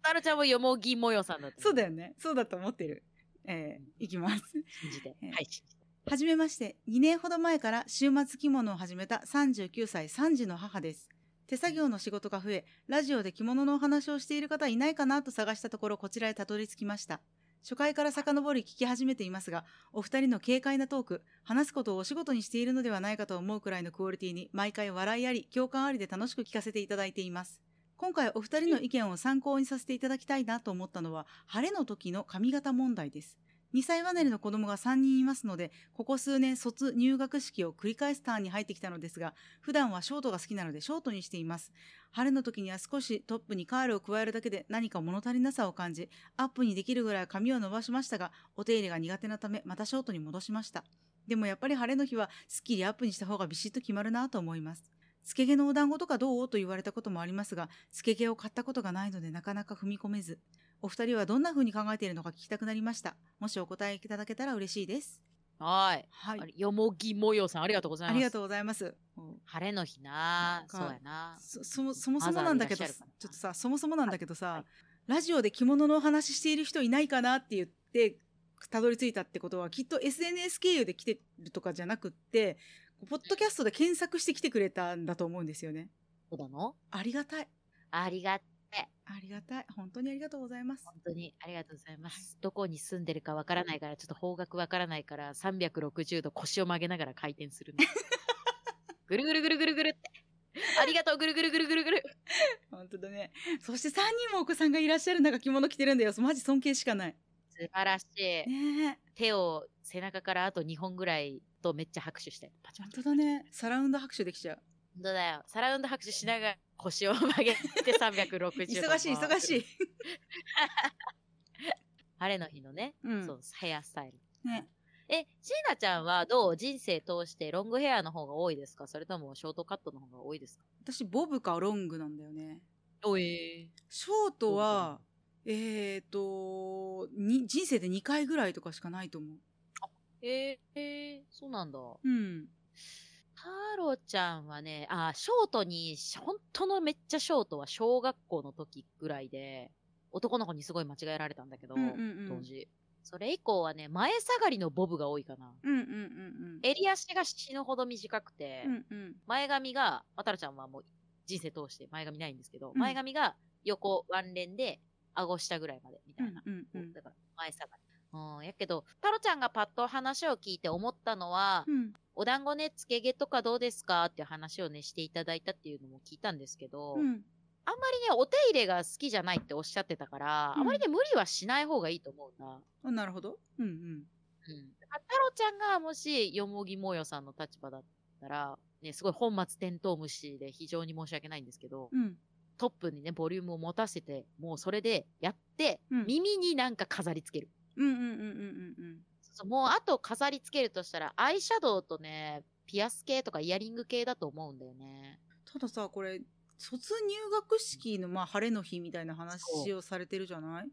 [SPEAKER 2] タロちゃんもよもぎもよさんだと
[SPEAKER 1] そうだ
[SPEAKER 2] よ。
[SPEAKER 1] よね。そうだと思ってる。えーいきます。
[SPEAKER 2] 信じて。は
[SPEAKER 1] ええ
[SPEAKER 2] い、信じて。
[SPEAKER 1] はじめまして、2年ほど前から週末着物を始めた39歳3児の母です。手作業の仕事が増え、ラジオで着物のお話をしている方いないかなと探したところこちらへたどり着きました。初回から遡り聞き始めていますが、お二人の軽快なトーク、話すことをお仕事にしているのではないかと思うくらいのクオリティに毎回笑いあり、共感ありで楽しく聞かせていただいています。今回お二人の意見を参考にさせていただきたいなと思ったのは、晴れの時の髪型問題です。2歳離れの子供が3人いますので、ここ数年卒入学式を繰り返すターンに入ってきたのですが、普段はショートが好きなのでショートにしています。晴れの時には少しトップにカールを加えるだけで何か物足りなさを感じ、アップにできるぐらい髪を伸ばしましたが、お手入れが苦手なためまたショートに戻しました。でもやっぱり晴れの日はスッキリアップにした方がビシッと決まるなと思います。つけ毛のお団子とかどうと言われたこともありますが、つけ毛を買ったことがないのでなかなか踏み込めず、お二人はどんな風に考えているのか聞きたくなりました。もしお答えいただけたら嬉しいです。
[SPEAKER 2] はーい。
[SPEAKER 1] はい
[SPEAKER 2] あ。れよもぎもよさん、ありがとうござい
[SPEAKER 1] あ
[SPEAKER 2] ます。
[SPEAKER 1] りがとうございます。
[SPEAKER 2] 晴れの日な
[SPEAKER 1] なん
[SPEAKER 2] そ
[SPEAKER 1] か
[SPEAKER 2] うやな。
[SPEAKER 1] そそもそもそもなんだけど、
[SPEAKER 2] マ
[SPEAKER 1] ち
[SPEAKER 2] ザ
[SPEAKER 1] ょ
[SPEAKER 2] ーがいらっしゃるから
[SPEAKER 1] っとさ、そもそもなんだけどさ、
[SPEAKER 2] はい
[SPEAKER 1] ラジオで着物のお話ししている人いないかなって言って、たどり着いたってことは、きっと SNS 経由で来てるとかじゃなくって、ポッドキャストで検索して来てくれたんだと思うんですよね。
[SPEAKER 2] そうだの
[SPEAKER 1] ありがたい。
[SPEAKER 2] ありが、
[SPEAKER 1] ありがたい。本当にありがとうございます。
[SPEAKER 2] 本当にありがとうございます。どこに住んでるかわからないから、ちょっと方角わからないから、360度腰を曲げながら回転するの。ぐるぐるぐるぐるぐるって。ありがとう、ぐるぐるぐるぐるぐる。
[SPEAKER 1] 本当だね。そして3人もお子さんがいらっしゃる中、着物着てるんだよ。マジ尊敬しかない。
[SPEAKER 2] 素晴らしい。
[SPEAKER 1] ねえ。
[SPEAKER 2] 手を背中からあと2本ぐらいとめっちゃ拍手して。パチパ
[SPEAKER 1] 本
[SPEAKER 2] チ。
[SPEAKER 1] 当だね。サラウンド拍手できちゃう。
[SPEAKER 2] 本当だよ。サラウンド拍手しながら腰を曲げて360度。
[SPEAKER 1] 忙しい、忙し
[SPEAKER 2] い。
[SPEAKER 1] い。
[SPEAKER 2] 晴れの日のね、
[SPEAKER 1] うん
[SPEAKER 2] そうヘアスタイル。
[SPEAKER 1] ね。
[SPEAKER 2] え、シーナちゃんはどう人生通してロングヘアの方が多いですかそれともショートカットの方が多いですか
[SPEAKER 1] 私ボブかロングなんだよね
[SPEAKER 2] おえ
[SPEAKER 1] ショートはえっ、とに人生で2回ぐらいとかしかないと思う
[SPEAKER 2] えー、そうなんだ。
[SPEAKER 1] うん
[SPEAKER 2] タロちゃんはね、あ、ショートに、本当のめっちゃショートは小学校の時ぐらいで、男の子にすごい間違えられたんだけど、
[SPEAKER 1] うんうんうん
[SPEAKER 2] 当時。それ以降はね、前下がりのボブが多いかな。
[SPEAKER 1] うんうんうんうん。
[SPEAKER 2] 襟足が死ぬほど短くて、
[SPEAKER 1] うんうん。
[SPEAKER 2] 前髪が、まあたらちゃんはもう人生通して前髪ないんですけど、
[SPEAKER 1] うん
[SPEAKER 2] 前髪が横ワンレンで、顎下ぐらいまで、みたいな。
[SPEAKER 1] うんうんうん
[SPEAKER 2] だから前下がり。うん、やけど、タロちゃんがパッと話を聞いて思ったのは、
[SPEAKER 1] うん
[SPEAKER 2] お団子ね、つけ毛とかどうですかっていう話をね、していただいたっていうのも聞いたんですけど、
[SPEAKER 1] うん
[SPEAKER 2] あんまりね、お手入れが好きじゃないっておっしゃってたから、
[SPEAKER 1] うん
[SPEAKER 2] あまりね、無理はしない方がいいと思うな。
[SPEAKER 1] あなるほど。うんうん。
[SPEAKER 2] うん。だから太郎ちゃんがもし、よもぎもよさんの立場だったら、ね、すごい本末転倒虫で非常に申し訳ないんですけど、
[SPEAKER 1] うん。
[SPEAKER 2] トップにね、ボリュームを持たせて、もうそれでやって、
[SPEAKER 1] うん
[SPEAKER 2] 耳になんか飾りつける。
[SPEAKER 1] うんうんうんうんうん
[SPEAKER 2] そうそうもうあと飾りつけるとしたら、アイシャドウとね、ピアス系とかイヤリング系だと思うんだよね。
[SPEAKER 1] たださこれ卒入学式のまあ晴れの日みたいな話をされてるじゃない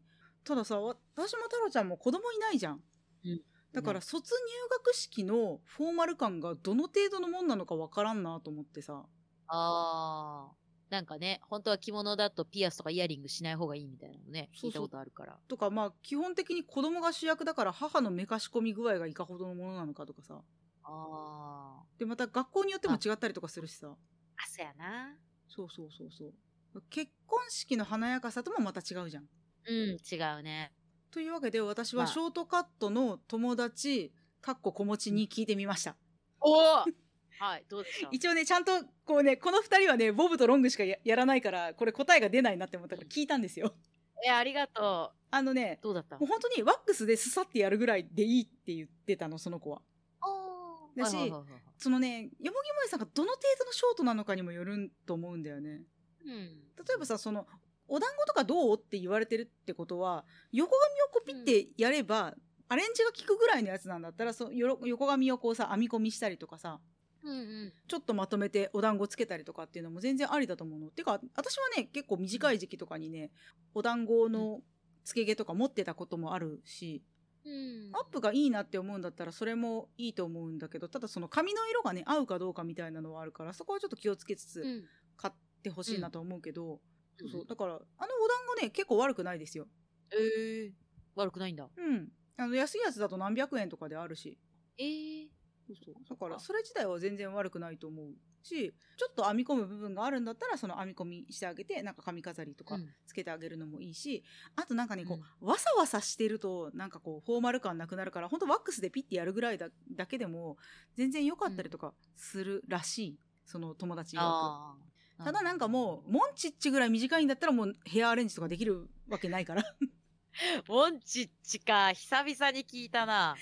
[SPEAKER 1] たださわ私も太郎ちゃんも子供いないじゃん、
[SPEAKER 2] うん
[SPEAKER 1] だから卒入学式のフォーマル感がどの程度のもんなのかわからんなと思ってさ
[SPEAKER 2] あー。なんかね、本当は着物だとピアスとかイヤリングしない方がいいみたいなのね、聞
[SPEAKER 1] そう
[SPEAKER 2] いた
[SPEAKER 1] そう
[SPEAKER 2] ことあるから。
[SPEAKER 1] とかまあ基本的に子供が主役だから母のめかし込み具合がいかほどのものなのかとかさ
[SPEAKER 2] あー。
[SPEAKER 1] でまた学校によっても違ったりとかするしさ
[SPEAKER 2] あ、そうやな。
[SPEAKER 1] そうそうそうそう結婚式の華やかさともまた違うじゃん
[SPEAKER 2] うん、違うね。
[SPEAKER 1] というわけで私
[SPEAKER 2] ま
[SPEAKER 1] は
[SPEAKER 2] あ
[SPEAKER 1] ショートカットの友達かっこ子持ちに聞いてみました
[SPEAKER 2] おおはい、どうでした
[SPEAKER 1] 一応ねちゃんとこうねこの2人はねボブとロングしかややらないからこれ答えが出ないなって思ったから聞いたんですよ
[SPEAKER 2] え、ありがと
[SPEAKER 1] あのね
[SPEAKER 2] う。どうだった
[SPEAKER 1] もう本当にワックスですさってやるぐらいでいいって言ってたのその子は
[SPEAKER 2] お
[SPEAKER 1] だし
[SPEAKER 2] はいはいはいはい
[SPEAKER 1] そのねよもぎもえさんがどの程度のショートなのかにもよると思うんだよね
[SPEAKER 2] うん。
[SPEAKER 1] 例えばさそのお団子とかどうって言われてるってことは横髪をこうピってやれば、アレンジが効くぐらいのやつなんだったらそよろ横髪をこうさ編み込みしたりとかさ
[SPEAKER 2] うんうん。
[SPEAKER 1] ちょっとまとめてお団子つけたりとかっていうのも全然ありだと思うの。てか、私はね、結構短い時期とかにね、お団子のつけ毛とか持ってたこともあるし、
[SPEAKER 2] うん。
[SPEAKER 1] アップがいいなって思うんだったらそれもいいと思うんだけど、ただその髪の色がね、合うかどうかみたいなのはあるから、そこはちょっと気をつけつ
[SPEAKER 2] う
[SPEAKER 1] つ
[SPEAKER 2] ん。
[SPEAKER 1] 買ってほしいなと思うけど、そうそう。だ
[SPEAKER 2] だ
[SPEAKER 1] から、あのお団子ね、結構悪くないですよ。
[SPEAKER 2] えー、悪くないんだ。
[SPEAKER 1] うん。あの、安いやつだと何百円とかであるし。
[SPEAKER 2] えー、
[SPEAKER 1] そうそうだからそれ自体は全然悪くないと思うしちょっと編み込む部分があるんだったらその編み込みしてあげてなんか髪飾りとか
[SPEAKER 2] うん
[SPEAKER 1] つけてあげるのもいいし、あとなんかねこう、
[SPEAKER 2] う
[SPEAKER 1] わさわさしてるとなんかこうフォーマル感なくなるから本当ワックスでピッてやるぐらいだだけでも全然良かったりとかするらしい、その友達曰
[SPEAKER 2] あ
[SPEAKER 1] く
[SPEAKER 2] あ。
[SPEAKER 1] ただなんかもうモンチッチぐらい短いんだったらもうヘアアレンジとかできるわけないから
[SPEAKER 2] う、モンチッチか、久々に聞いたな。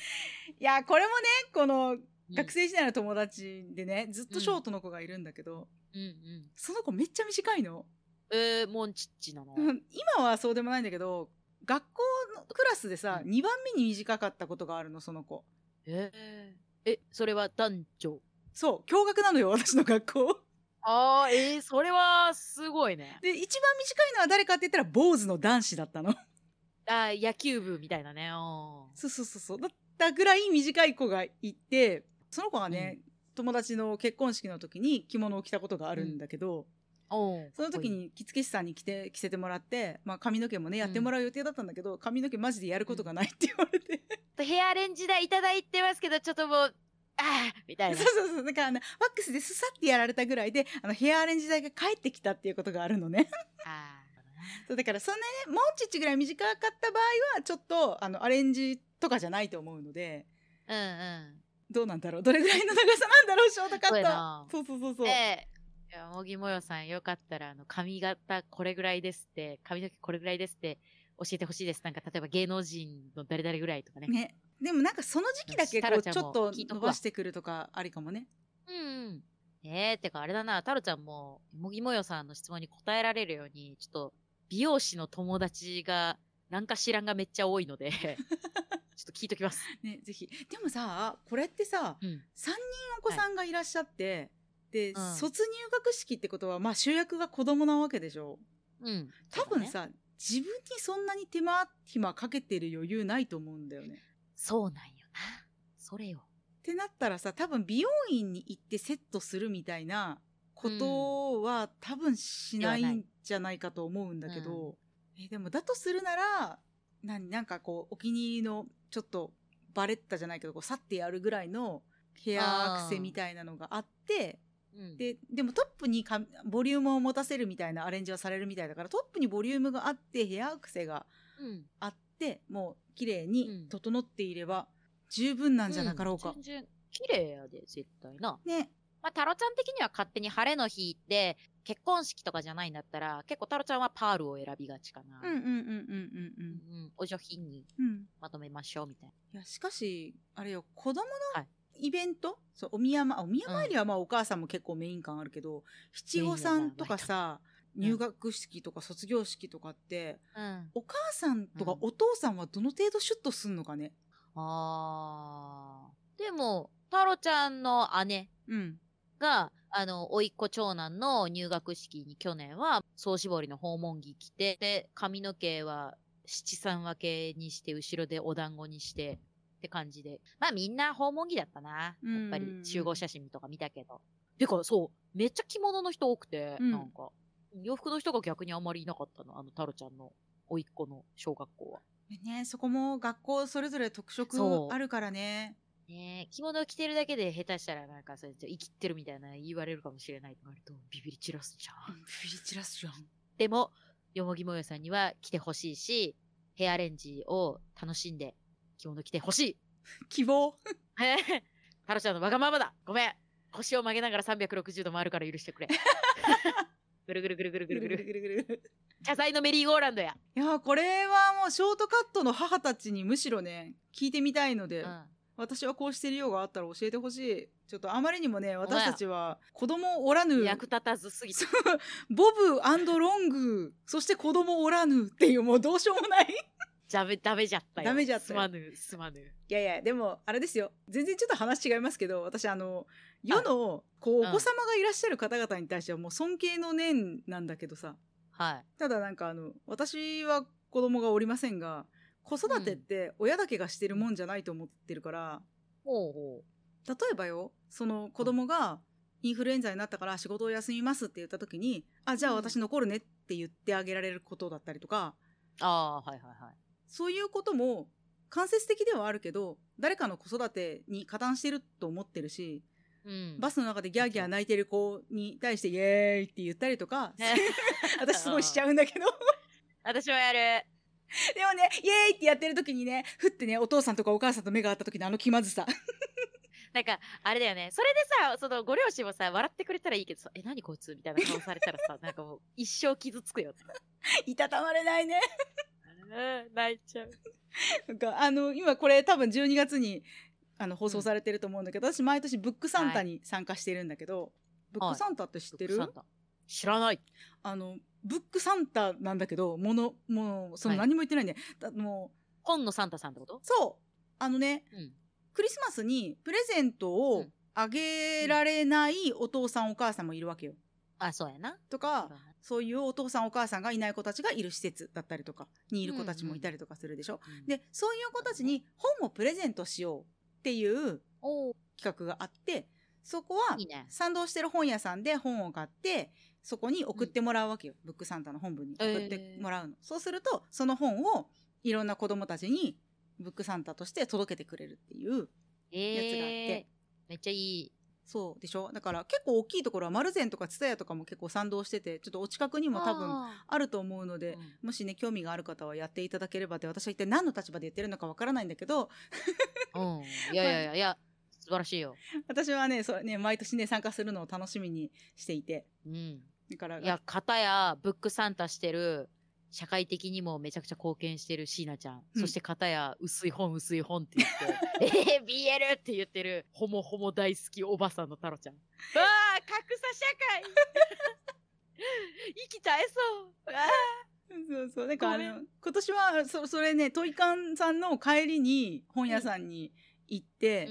[SPEAKER 1] いやこれもねこの
[SPEAKER 2] うん
[SPEAKER 1] 学。生時代の友達でねずっとショートの子がいるんだけど、
[SPEAKER 2] うんうん。
[SPEAKER 1] その子めっちゃ短いの。
[SPEAKER 2] えー、モンチッチなの。
[SPEAKER 1] うん 今はそうでもないんだけど、学校のクラスでさ、
[SPEAKER 2] うん
[SPEAKER 1] 2番目に短かったことがあるの、その子。
[SPEAKER 2] えー、え、それは男女。
[SPEAKER 1] そう、驚愕なのよ、私の学校。
[SPEAKER 2] ああ、えー、それはすごいね。
[SPEAKER 1] で、一番短いのは誰かって言ったら、坊主の男子だったの。
[SPEAKER 2] あー野球部みたいなね。うん
[SPEAKER 1] そうそうそうそう。だったぐらい短い子がいて、その子がね、友達の結婚式の時に着物を着たことがあるんだけど、
[SPEAKER 2] うん
[SPEAKER 1] その時に着付け師さんに着て着せてもらって、まあ、髪の毛もねやってもらう予定だったんだけど、髪の毛マジでやることがないって言われて、
[SPEAKER 2] ちょっとヘアアレンジ代いただいてますけど、ちょっともう、ああみたいな
[SPEAKER 1] そう。そうそう。だからあの、ワックスですさってやられたぐらいで、あの、ヘアアレンジ代が返ってきたっていうことがあるのね。
[SPEAKER 2] あ
[SPEAKER 1] そうだから、そんなね、モンチッチぐらい短かった場合は、ちょっと、あの、アレンジとかじゃないと思うので、
[SPEAKER 2] ーうん
[SPEAKER 1] どうなんだろうどれぐらいの長さなんだろうショートカ
[SPEAKER 2] そう
[SPEAKER 1] ッ
[SPEAKER 2] やな
[SPEAKER 1] ト。そうそうそう
[SPEAKER 2] う
[SPEAKER 1] そ
[SPEAKER 2] ん。
[SPEAKER 1] う。
[SPEAKER 2] で、いや茂木もよさん、よかったら、あの、髪型これぐらいですって、髪の毛これぐらいですって、教えてほしいです。なんか、例えば芸能人の誰々ぐらいとかね。
[SPEAKER 1] ね。でもなんかその時期だけこ
[SPEAKER 2] よ
[SPEAKER 1] う
[SPEAKER 2] しタ
[SPEAKER 1] ち
[SPEAKER 2] ロちゃ
[SPEAKER 1] ょ
[SPEAKER 2] んも
[SPEAKER 1] っと
[SPEAKER 2] 聞いと
[SPEAKER 1] 伸
[SPEAKER 2] くわ
[SPEAKER 1] ばしてくるとかありかもね。
[SPEAKER 2] うんうん。えー、てかあれだな、タロちゃんも、茂木もよさんの質問に答えられるように、ちょっと、美容師の友達が、なんか知らんがめっちゃ多い ので、ちょっと聞いときます。
[SPEAKER 1] ね、ぜひ。でもさ、これってさ、
[SPEAKER 2] うん。
[SPEAKER 1] 3人お子さんがいらっしゃって、で、
[SPEAKER 2] うん
[SPEAKER 1] 卒入学式ってことは、まあ主役が子供なわけでしょ。
[SPEAKER 2] うん。
[SPEAKER 1] 多分さ、自分にそんなに手間暇かけてる余裕ないと思うんだよね。
[SPEAKER 2] そうなんよな。それよ。
[SPEAKER 1] ってなったらさ多分美容院に行ってセットするみたいなことは、多分しないんじゃないかと思うんだけど、えでもだとするなら何なんかこうお気に入りのちょっとバレッタじゃないけどこう去ってやるぐらいのヘアアクセみたいなのがあって
[SPEAKER 2] うん、
[SPEAKER 1] ででもトップにかボリュームを持たせるみたいなアレンジはされるみたいだからトップにボリュームがあってヘアアクセが
[SPEAKER 2] うん、
[SPEAKER 1] あってもう綺麗
[SPEAKER 2] う
[SPEAKER 1] に
[SPEAKER 2] ん
[SPEAKER 1] 整っていれば十分なんじゃなかろうか。
[SPEAKER 2] ん全然綺麗やで絶対な、
[SPEAKER 1] ね
[SPEAKER 2] まあ、タロちゃん的には勝手に晴れの日って結婚式とかじゃないんだったら結構タロちゃんはパールを選びがちかな、
[SPEAKER 1] うんうんうんうんう
[SPEAKER 2] うんんお上品に
[SPEAKER 1] うんうん
[SPEAKER 2] まとめましょうみたい
[SPEAKER 1] いやしかしあれよ子供
[SPEAKER 2] は
[SPEAKER 1] の
[SPEAKER 2] い
[SPEAKER 1] イベント、そうお宮,、ま、お宮参りはまあお母さんも結構メイン感あるけど七五三とかさ
[SPEAKER 2] メイン
[SPEAKER 1] 入
[SPEAKER 2] やな
[SPEAKER 1] 学式とか卒業式とかって、
[SPEAKER 2] な、うん、
[SPEAKER 1] お母さんとか
[SPEAKER 2] うん
[SPEAKER 1] お父さんはどの程度シュッとすんのかね
[SPEAKER 2] あーでもタロちゃんの姉
[SPEAKER 1] うん
[SPEAKER 2] があの甥っ子長男の入学式に去年は総絞りの訪問着着てで髪の毛は七三分けにして後ろでお団子にしてって感じでまあみんな訪問着だったな
[SPEAKER 1] うんうんうん
[SPEAKER 2] やっぱり集合写真とか見たけどてかそうめっちゃ着物の人多くて、
[SPEAKER 1] うん
[SPEAKER 2] なんか洋服の人が逆にあんまりいなかったのあのタロちゃんの甥っ子の小学校は。
[SPEAKER 1] ねそこも学校それぞれ特色
[SPEAKER 2] そう
[SPEAKER 1] あるからね
[SPEAKER 2] ねえ、着物を着てるだけで下手したらなんかそれ生きってるみたいな言われるかもしれないとなるとビビり散らすじゃ
[SPEAKER 1] うん
[SPEAKER 2] ん。
[SPEAKER 1] ビリチラスじゃん
[SPEAKER 2] でも、よもぎもよさんには着てほしいし、ヘアアレンジを楽しんで着物着てほしい。
[SPEAKER 1] 希望
[SPEAKER 2] えへタロちゃんのわがままだごめん腰を曲げながら360度回るから許してく れ。ぐるぐるぐるぐるぐるぐる。
[SPEAKER 1] るぐるぐる
[SPEAKER 2] 謝罪のメリーゴーランドや。
[SPEAKER 1] いやこれはもうショートカットの母たちにむしろね聞いてみたいので、
[SPEAKER 2] うん。
[SPEAKER 1] 私はこうしてるようがあったら教えてほしいちょっとあまりにもね
[SPEAKER 2] 前
[SPEAKER 1] 私たちは子供おらぬ
[SPEAKER 2] 役立たずすぎて
[SPEAKER 1] そ。うボブロングそして子供おらぬっていうもうどうしようもない い
[SPEAKER 2] ダメ、ダメじゃったよ。
[SPEAKER 1] ダメじゃったよ
[SPEAKER 2] すまぬ、すまぬ。
[SPEAKER 1] やいやでもあれですよ全然ちょっと話違いますけど私あの世のこうお
[SPEAKER 2] うん
[SPEAKER 1] 子様がいらっしゃる方々に対してはもう尊敬の念なんだけどさ
[SPEAKER 2] はい。
[SPEAKER 1] ただなんかあの私は子供がおりませんが子育てって親だけがしてるもんじゃないと思ってるから、
[SPEAKER 2] ほうほ
[SPEAKER 1] 例えばよその子供がインフルエンザになったから仕事を休みますって言った時に「あじゃあ私残るね」って言ってあげられることだったりとか
[SPEAKER 2] う。ああ、はいはいはい。
[SPEAKER 1] そういうことも間接的ではあるけど誰かの子育てに加担してると思ってるし
[SPEAKER 2] うん。
[SPEAKER 1] バスの中でギャーギャー泣いてる子に対して「イエーイ!」って言ったりとか私すごいしちゃうんだけど
[SPEAKER 2] 私もやる。
[SPEAKER 1] でもね「イエーイ!」ってやってる時にねふってねお父さんとかお母さんと目が合った時のあの気まずさ
[SPEAKER 2] なんか、あれだよね。それでさ、そのご両親もさ、笑ってくれたらいいけどさ、え、何こいつみたいな顔されたらさ、 なんかもう、一生傷つくよ。
[SPEAKER 1] いたたまれないね
[SPEAKER 2] うん、泣いちゃう。
[SPEAKER 1] なんかあの今これ多分12月にあの放送されてると思うんだけど、私毎年ブックサンタに参加してるんだけど、ブックサンタって知ってる、
[SPEAKER 2] ブックサンタ知らない。
[SPEAKER 1] あのブックサンタなんだけどものもうその
[SPEAKER 2] はい
[SPEAKER 1] 何も言ってないね、だもう
[SPEAKER 2] 今野サンタさんってこと
[SPEAKER 1] そうあのね
[SPEAKER 2] うん。
[SPEAKER 1] クリスマスにプレゼントを
[SPEAKER 2] うん
[SPEAKER 1] あげられないお父さんお母さんもいるわけよ。
[SPEAKER 2] あ、そうやな。
[SPEAKER 1] とかそういうお父さんお母さんがいない子たちがいる施設だったりとかにいる子たちもいたりとかするでしょ。
[SPEAKER 2] うん、
[SPEAKER 1] でそういう子たちに本をプレゼントしようっていう
[SPEAKER 2] おー
[SPEAKER 1] 企画があってそこはい
[SPEAKER 2] いね。
[SPEAKER 1] 賛同してる本屋さんで本を買ってそこに送ってもらうわけよ、ブックサンタの本部に送ってもらうの、そうするとその本をいろんな子供たちにブックサンタとして届けてくれるっていう
[SPEAKER 2] え
[SPEAKER 1] やつがあって、
[SPEAKER 2] えめっちゃいい。
[SPEAKER 1] そうでしょだから結構大きいところは丸善とか蔦屋とかも結構賛同しててちょっとお近くにも多分
[SPEAKER 2] あ
[SPEAKER 1] あると思うの
[SPEAKER 2] ー、
[SPEAKER 1] で
[SPEAKER 2] う。ん
[SPEAKER 1] もしね興味がある方はやっていただければって私は一体何の立場で言ってるのかわからないんだけど
[SPEAKER 2] うん。いやいやいや、いや、素晴らしいよ。
[SPEAKER 1] 私はねそれね毎年ね参加するのを楽しみにしていて
[SPEAKER 2] うん。
[SPEAKER 1] だから
[SPEAKER 2] いや、片やブックサンタしてる、社会的にもめちゃくちゃ貢献してる椎名ちゃん。
[SPEAKER 1] うん
[SPEAKER 2] そして片や薄い本薄い本って言 って、えー、BL って言ってる、ホモホモ大好きおばさんの太郎ちゃん。わあ、格差社会 生き絶えそうわ
[SPEAKER 1] そうそう。なんかあ
[SPEAKER 2] ごめん
[SPEAKER 1] の、今年は、そ、それね、トイカンさんの帰りに本屋さんに行って、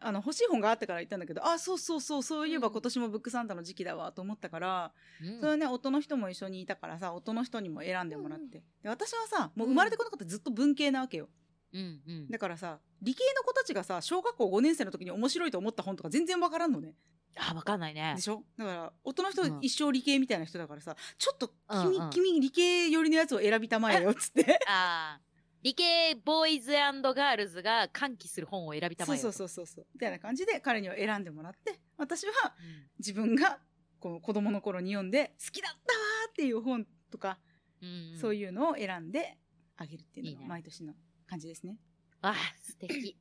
[SPEAKER 2] あ
[SPEAKER 1] あの、欲しい本があったから行ったんだけど、あ、そうそうそう、そういえば
[SPEAKER 2] うん
[SPEAKER 1] 今年もブックサンタの時期だわと思ったから、
[SPEAKER 2] うん。
[SPEAKER 1] それはね、音の人も一緒にいたからさ、音の人にも選んでもらっ
[SPEAKER 2] うんうん
[SPEAKER 1] て。で私はさ、もう生まれてこなかったずっと文系なわけよ。
[SPEAKER 2] うんうん。
[SPEAKER 1] だからさ、理系の子たちがさ、小学校5年生の時に面白いと思った本とか全然わからんのね。
[SPEAKER 2] あ、わかんないね
[SPEAKER 1] で。しょだから、音の人
[SPEAKER 2] うん
[SPEAKER 1] 一生理系みたいな人だからさ、ちょっと君、
[SPEAKER 2] うんうん
[SPEAKER 1] 君理系寄りのやつを選びたまえよ、つって。
[SPEAKER 2] ああ。理系ボーイズガールズが歓喜する本を選びたま
[SPEAKER 1] そう
[SPEAKER 2] えよ
[SPEAKER 1] そうそうそうそうみたいな感じで彼には選んでもらって私は
[SPEAKER 2] うん
[SPEAKER 1] 自分がこう子供の頃に読んで好きだったわーっていう本とか、
[SPEAKER 2] うんうん、
[SPEAKER 1] そういうのを選んであげるっていうの
[SPEAKER 2] いい
[SPEAKER 1] が
[SPEAKER 2] ね
[SPEAKER 1] 毎年の感じですね
[SPEAKER 2] あー素敵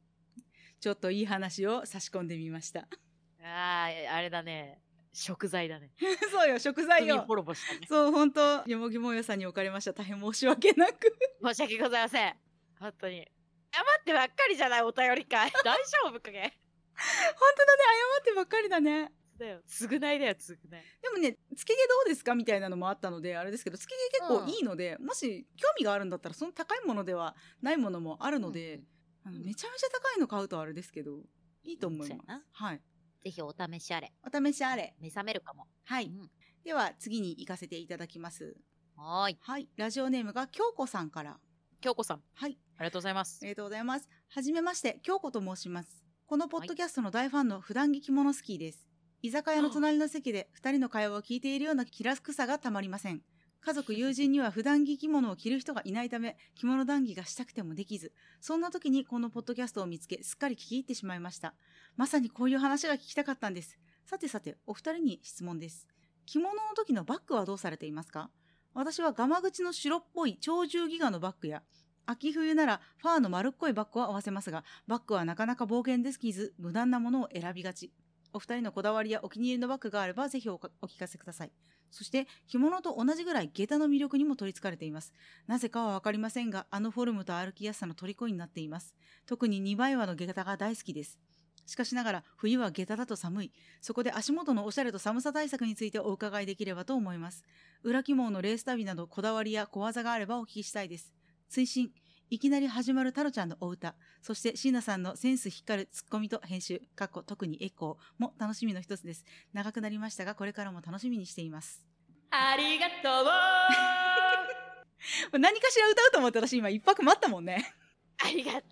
[SPEAKER 1] ちょっといい話を差し込んでみました
[SPEAKER 2] あーあれだね食材だね
[SPEAKER 1] そうよ食材
[SPEAKER 2] 本当に
[SPEAKER 1] よ
[SPEAKER 2] ボロボロしたね
[SPEAKER 1] そう本当よもぎもよさんにおかれました大変申し訳なく
[SPEAKER 2] 申し訳ございません本当に謝ってばっかりじゃないお便り 会大丈夫かね
[SPEAKER 1] 本当だね謝ってばっかりだね
[SPEAKER 2] だよ償いだよ償い
[SPEAKER 1] でもねつけ毛どうですかみたいなのもあったのであれですけどつけ毛結構いいので、もし興味があるんだったらその高いものではないものもあるので、あの
[SPEAKER 2] うん
[SPEAKER 1] めちゃめちゃ高いの買うとあれですけどいいと思い
[SPEAKER 2] そう
[SPEAKER 1] ま
[SPEAKER 2] や
[SPEAKER 1] す
[SPEAKER 2] な。
[SPEAKER 1] はい。
[SPEAKER 2] ぜひお試しあれ
[SPEAKER 1] お試しあれ。
[SPEAKER 2] 目覚めるかも
[SPEAKER 1] は。
[SPEAKER 2] はい
[SPEAKER 1] では次に行かせていただきます。
[SPEAKER 2] はーい
[SPEAKER 1] はい。ラジオネームが京子さんから。
[SPEAKER 2] 京子さんあ
[SPEAKER 1] はい。
[SPEAKER 2] りがとうございます
[SPEAKER 1] ありがとうございます。はじめまして、京子と申します。このポッドキャストの大ファンの普段着着物スキーです。居酒屋の隣の席で2人の会話を聞いているような気楽さがたまりません。家族、友人には普段着着物を着る人がいないため、着物談義がしたくてもできず、そんな時にこのポッドキャストを見つけ、すっかり聞き入ってしまいました。まさにこういう話が聞きたかったんです。さてさて、お二人に質問です。着物の時のバッグはどうされていますか私はガマ口の白っぽい長寿ギガのバッグや、秋冬ならファーの丸っこいバッグを合わせますが、バッグはなかなか冒険できず、無難なものを選びがち。お二人のこだわりやお気に入りのバッグがあれば、ぜひおかお聞かせください。そして、着物と同じぐらい下駄の魅力にも取り憑かれています。なぜかはわかりませんが、あのフォルムと歩きやすさの虜になっています。特に2倍輪の下駄が大好きです。しかしながら、冬は下駄だと寒い。そこで足元のおしゃれと寒さ対策についてお伺いできればと思います。裏起毛のレース旅など、こだわりや小技があればお聞きしたいです。推進、いきなり始まるタロちゃんのお歌、そして椎名さんのセンス光るツッコミと編集、かっこ特にエコーも楽しみの一つです。長くなりましたが、これからも楽しみにしてい ます。
[SPEAKER 2] ありがとう
[SPEAKER 1] 何かしら歌うと思って私今一泊待ったもんね。
[SPEAKER 2] ありがとう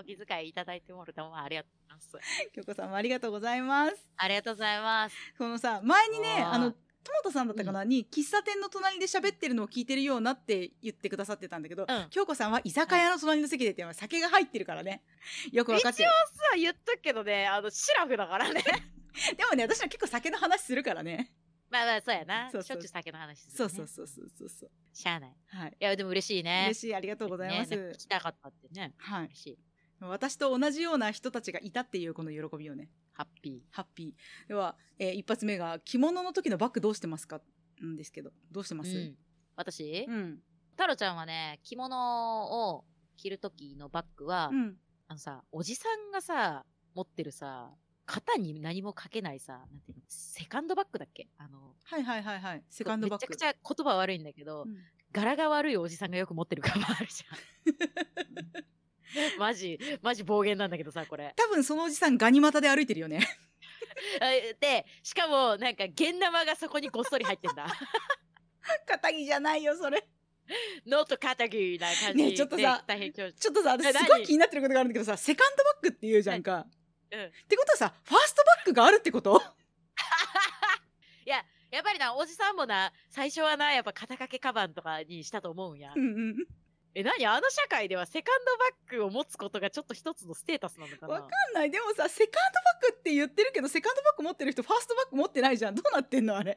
[SPEAKER 2] お気遣いいただいてもらってもありがとうございます
[SPEAKER 1] 京子さんもありがとうございます。
[SPEAKER 2] ありがとうございます
[SPEAKER 1] このさ、前にね、
[SPEAKER 2] わあ
[SPEAKER 1] あの、トマトさんだったかな、に、喫茶店の隣で喋ってるのを聞いてるようなって言ってくださってたんだけど、
[SPEAKER 2] うん
[SPEAKER 1] 京子さんは居酒屋の隣の席でって、酒が入ってるからね。よくわかってる。
[SPEAKER 2] 実は言っとくけどねあのシラフだからね
[SPEAKER 1] でもね、私は結構酒の話するからね。
[SPEAKER 2] まあまあそうやな
[SPEAKER 1] そうそう
[SPEAKER 2] しょっちゅう酒の話する、ね、
[SPEAKER 1] そうそうそうそうそうそう。
[SPEAKER 2] しゃあない
[SPEAKER 1] はい。
[SPEAKER 2] いやでも嬉しいね
[SPEAKER 1] 嬉しい、ありがとうございます。
[SPEAKER 2] ねなんか聞きたかったってね
[SPEAKER 1] はい。
[SPEAKER 2] 嬉しい
[SPEAKER 1] 私と同じような人たちがいたっていうこの喜びをね、
[SPEAKER 2] ハッピ
[SPEAKER 1] ハッピー。では、えー一発目が、着物の時のバッグどうしてますかんですけど、どうしてま
[SPEAKER 2] ー、
[SPEAKER 1] す
[SPEAKER 2] うん、私、
[SPEAKER 1] うん。
[SPEAKER 2] 太郎ちゃんはね着物を着る時のバッグは、
[SPEAKER 1] うん。
[SPEAKER 2] あのさおじさんがさ持ってるさ肩に何もかけないさなんていうのセカンドバッグだっけあの
[SPEAKER 1] はいはいはいはい。セカンドバッグ。
[SPEAKER 2] めちゃくちゃ言葉悪いんだけど、
[SPEAKER 1] うん
[SPEAKER 2] 柄が悪いおじさんがよく持ってるカバンあるじ ゃんマジマジ暴言なんだけどさこれ
[SPEAKER 1] 多分そのおじさんガニ股で歩いてるよね。
[SPEAKER 2] あでしかもなんか現玉がそこにごっそり入ってんだ
[SPEAKER 1] 肩着じゃないよ、それ。
[SPEAKER 2] ノート肩着な感じで、
[SPEAKER 1] ねえちょっとさ
[SPEAKER 2] 大変恐縮
[SPEAKER 1] ちょっとさ、私
[SPEAKER 2] え
[SPEAKER 1] すごい
[SPEAKER 2] 何
[SPEAKER 1] 気になってることがあるんだけどさ、セカンドバッグって言うじゃんか。
[SPEAKER 2] うん
[SPEAKER 1] ってことはさ、ファーストバッグがあるってこと
[SPEAKER 2] やっぱりなおじさんもな最初はなやっぱ肩掛けカバンとかにしたと思うんや、
[SPEAKER 1] うんうん。
[SPEAKER 2] え何あの社会ではセカンドバッグを持つことがちょっと一つのステータスなのかな
[SPEAKER 1] わかんない。でもさ、セカンドバッグって言ってるけど、セカンドバッグ持ってる人、ファーストバッグ持ってないじゃん。どうなってんのあれ。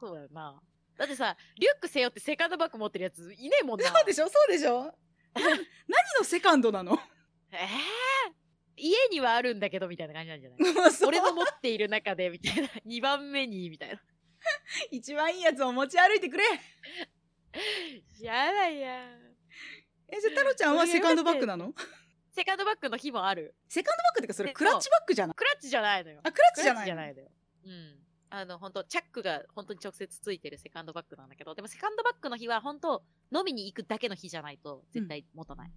[SPEAKER 2] そうだよなだってさリュック背負ってセカンドバッグ持ってるやついねえもんな
[SPEAKER 1] そうでしょそうでしょ何のセカンドな の
[SPEAKER 2] ええ家にはあるんだけどみたいな感じなんじゃな い
[SPEAKER 1] それ
[SPEAKER 2] 俺の持っている中でみたいな2番目にみたいな
[SPEAKER 1] 一番いいやつを持ち歩いてくれ
[SPEAKER 2] やだいや
[SPEAKER 1] えじゃあ太郎ちゃんはセカンドバッグなの
[SPEAKER 2] セカンドバッグの日もある
[SPEAKER 1] セカンドバッグってかそれクラッチバッグじゃない
[SPEAKER 2] クラッチじゃないのよ
[SPEAKER 1] あクラッチ
[SPEAKER 2] ク
[SPEAKER 1] じ
[SPEAKER 2] ラ
[SPEAKER 1] ゃ
[SPEAKER 2] ッ
[SPEAKER 1] ない
[SPEAKER 2] チじゃないのようんあの本当チャックが本当に直接ついてるセカンドバッグなんだけどでもセカンドバッグの日は本当飲みに行くだけの日じゃないと絶対持たない、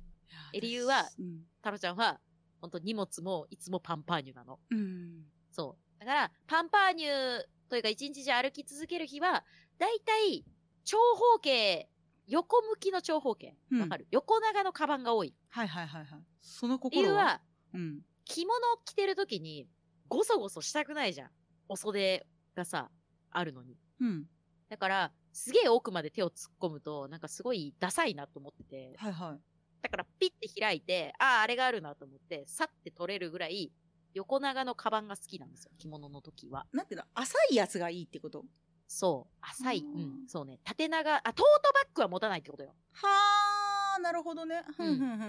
[SPEAKER 2] え理由は
[SPEAKER 1] うん、
[SPEAKER 2] タロちゃんは本当荷物もいつもパンパーニュなの
[SPEAKER 1] うん、
[SPEAKER 2] そう。だから、パンパーニュというか、一日中歩き続ける日は、だいたい、長方形、横向きの長方形。
[SPEAKER 1] うん
[SPEAKER 2] わかる、横長のカバンが多い。
[SPEAKER 1] はいはいはいはいその
[SPEAKER 2] 理由
[SPEAKER 1] 心は
[SPEAKER 2] は、
[SPEAKER 1] うん、
[SPEAKER 2] 着物を着てる時に、ごそごそしたくないじゃん。お袖がさ、あるのに。
[SPEAKER 1] うん、
[SPEAKER 2] だから、すげえ奥まで手を突っ込むと、なんかすごいダサいなと思ってて、
[SPEAKER 1] はいはい。
[SPEAKER 2] だからピッて開いて、ああ、あれがあるなと思って、さって取れるぐらい、横長のカバンが好きなんですよ、着物の時は。
[SPEAKER 1] なんていうの浅いやつがいいってこと
[SPEAKER 2] そう、浅い、
[SPEAKER 1] う
[SPEAKER 2] うんん、そうね、縦長、あ、トートバッグは持たないってことよ。
[SPEAKER 1] はあ、なるほどね。ふんふんふんふんふ
[SPEAKER 2] う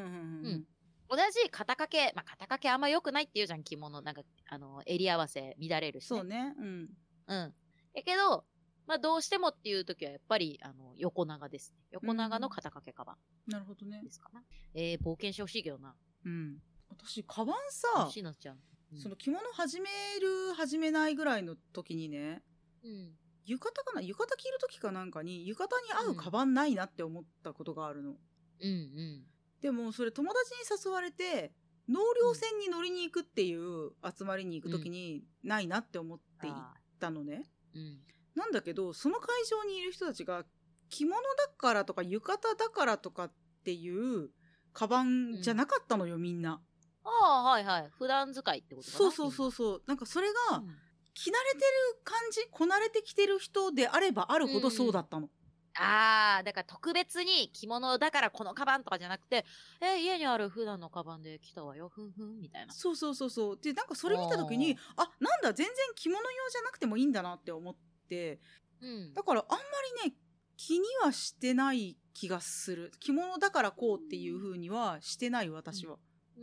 [SPEAKER 2] んん。同じ肩掛け、まあ、肩掛けあんま良くないって言うじゃん、着物。なんか、あの、襟合わせ乱れるし、
[SPEAKER 1] そう。ね。うん。
[SPEAKER 2] うん。やけど、まあ、どうしてもっていう時は、やっぱり、あの、横長ですね。横長の肩掛けカバ
[SPEAKER 1] なるほどね
[SPEAKER 2] ン。ですかな。えー、冒険してほしいけどな。
[SPEAKER 1] うん。私、カバンさ、
[SPEAKER 2] しのちゃん。うん
[SPEAKER 1] その着物始める、始めないぐらいの時にね、
[SPEAKER 2] うん。
[SPEAKER 1] 浴衣かな浴衣着る時かなんかに、浴衣に合うカバンないなって思ったことがあるの。
[SPEAKER 2] うんうん。
[SPEAKER 1] でも、それ友達に誘われて、納涼船に乗りに行くっていう集まりに行く時に、ないなって思って行っ
[SPEAKER 2] あ
[SPEAKER 1] たのね。
[SPEAKER 2] ーうん。
[SPEAKER 1] なんだけど、その会場にいる人たちが、着物だからとか浴衣だからとかっていう、カバンじゃなかったのよ、みんな。
[SPEAKER 2] ああ、はいはい。普段使いってことかな。。
[SPEAKER 1] そうそうそううそう。なんかそれ
[SPEAKER 2] う
[SPEAKER 1] が、
[SPEAKER 2] ん
[SPEAKER 1] 着慣れてる感じ、こなれてきてる人であればあるほどそうだったの。
[SPEAKER 2] ああ、だから特別に着物だからこのカバンとかじゃなくて、えー家にある普段のカバンで来たわよ、ふんふん、みたいな。
[SPEAKER 1] そうそうそうそう。で、なんかそれ見た時
[SPEAKER 2] お
[SPEAKER 1] に
[SPEAKER 2] ー、
[SPEAKER 1] あ、なんだ、全然着物用じゃなくてもいいんだなって思って、
[SPEAKER 2] うん。
[SPEAKER 1] だからあんまりね、気にはしてない気がする。着物だからこうっていう風にはしてない私は。
[SPEAKER 2] う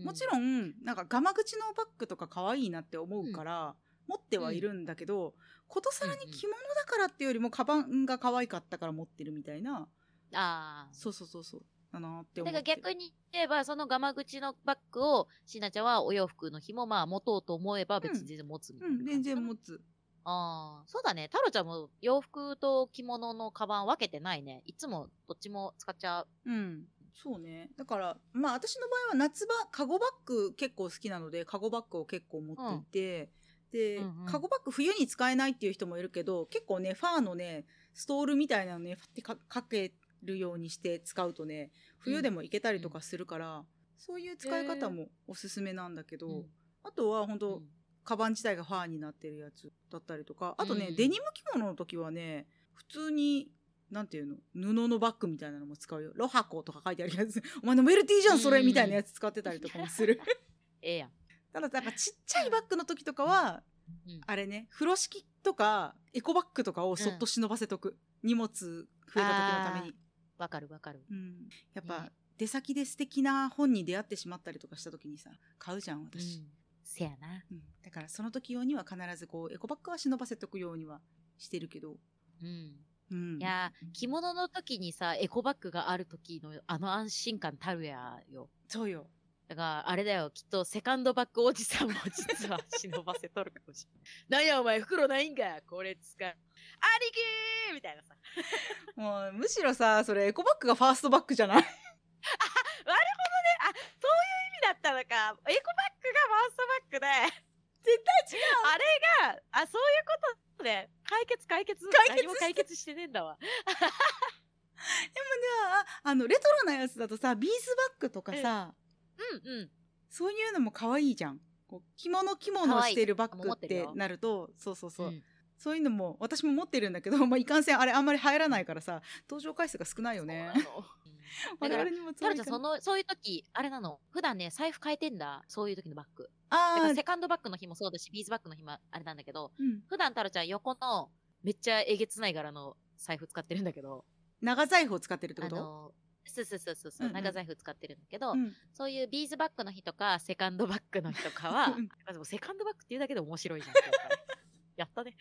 [SPEAKER 2] ん
[SPEAKER 1] もちろん、なんか、ガマ口のバッグとか可愛いなって思うから、持ってはいるんだけど、ことさらに着物だからっていうよりも、カバンが可愛かったから持ってるみたいな、
[SPEAKER 2] ああ。
[SPEAKER 1] そうそうそうそう、だなって思
[SPEAKER 2] だ
[SPEAKER 1] っ
[SPEAKER 2] から
[SPEAKER 1] て。
[SPEAKER 2] 逆に言えば、そのガマ口のバッグを、しなちゃんはお洋服の日もまあ持とうと思えば別に全然持つみた
[SPEAKER 1] う
[SPEAKER 2] いな、
[SPEAKER 1] ん、全然持つ。
[SPEAKER 2] ああ、そうだね。太郎ちゃんも洋服と着物のカバン分けてないね。いつもどっちも使っちゃう。
[SPEAKER 1] うん。そうね。だから、まあ私の場合は夏場、カゴバッグ結構好きなので、カゴバッグを結構持っていて、で、
[SPEAKER 2] うんうん
[SPEAKER 1] カゴバッグ冬に使えないっていう人もいるけど、結構ね、ファーのね、ストールみたいなのね、ファってかかけるようにして使うとね、冬でもいけたりとかするから、そういう使い方もおすすめなんだけど、
[SPEAKER 2] うん
[SPEAKER 1] あとは本当、
[SPEAKER 2] うん
[SPEAKER 1] カバン自体がファーになってるやつだったりとか、あとね、
[SPEAKER 2] うん
[SPEAKER 1] デニム着物の時はね、普通に、なんていうの布のバッグみたいなのも使うよ。ロハコとか書いてあるやつ。 お前のメルティーじゃん、それ
[SPEAKER 2] うん
[SPEAKER 1] みたいなやつ使ってたりとかもする。
[SPEAKER 2] ええやん。
[SPEAKER 1] ただ、なんかちっちゃいバッグの時とかは、
[SPEAKER 2] うん
[SPEAKER 1] あれね、風呂敷とか、エコバッグとかをそっと忍ばせとく。荷物増えた時のために。
[SPEAKER 2] わかるわかる。
[SPEAKER 1] うん。やっ
[SPEAKER 2] ね
[SPEAKER 1] ぱ、出先で素敵な本に出会ってしまったりとかした時にさ、買うじゃん、
[SPEAKER 2] う
[SPEAKER 1] 私。
[SPEAKER 2] ん。せやな。
[SPEAKER 1] うん、だからその時用には必ずこうエコバッグは忍ばせとくようにはしてるけど、
[SPEAKER 2] うん。
[SPEAKER 1] うん、
[SPEAKER 2] いやー着物の時にさ、エコバッグがある時のあの安心感たるやよ。
[SPEAKER 1] そうよ
[SPEAKER 2] だから、あれだよ、きっとセカンドバッグおじさんも実は忍ばせとるかもしれない。なん やお前、袋ないんかこれ使う。兄貴ーみたいなさ。
[SPEAKER 1] もうむしろさそれエコバッグがファーストバッグじゃ ない
[SPEAKER 2] だったのか、エコバッグがファーストバッグで、
[SPEAKER 1] 絶対違う
[SPEAKER 2] あれが、あ、そういうことで、解決解決。
[SPEAKER 1] 解決
[SPEAKER 2] 何も解決してねえんだわ。
[SPEAKER 1] あのレトロなやつだとさビーズバッグとかさ、
[SPEAKER 2] うんうん。
[SPEAKER 1] そういうのも可愛いじゃんこう着物着物してるバッグっ
[SPEAKER 2] 可愛いあ持ってる
[SPEAKER 1] て
[SPEAKER 2] よ
[SPEAKER 1] なるとそうそうそう、
[SPEAKER 2] ん
[SPEAKER 1] そういうのも私も持ってるんだけど、まあ、いかんせんあれあんまり入らないからさ登場回数が少ないよね
[SPEAKER 2] そうなの
[SPEAKER 1] 我
[SPEAKER 2] だから
[SPEAKER 1] 々にも
[SPEAKER 2] タ
[SPEAKER 1] そ
[SPEAKER 2] ロ
[SPEAKER 1] う
[SPEAKER 2] ちゃん、その、そういう時、あれなの、普段ね、財布変えてんだ。そういう時のバッグ。だか
[SPEAKER 1] あ
[SPEAKER 2] ら
[SPEAKER 1] あ
[SPEAKER 2] セカンドバッグの日もそうだし、ビーズバッグの日もあれなんだけど、
[SPEAKER 1] うん
[SPEAKER 2] 普段タロちゃん横の、めっちゃえげつない柄の財布使ってるんだけど、
[SPEAKER 1] 長財布を使ってるってこ
[SPEAKER 2] あ
[SPEAKER 1] と
[SPEAKER 2] の、そうそうそうそう、
[SPEAKER 1] うんうん
[SPEAKER 2] 長財布使ってるんだけど、
[SPEAKER 1] うん
[SPEAKER 2] そういうビーズバッグの日とか、セカンドバッグの日とかは、あでもセカンドバッグっていうだけで面白いじゃん。やっぱりやったね。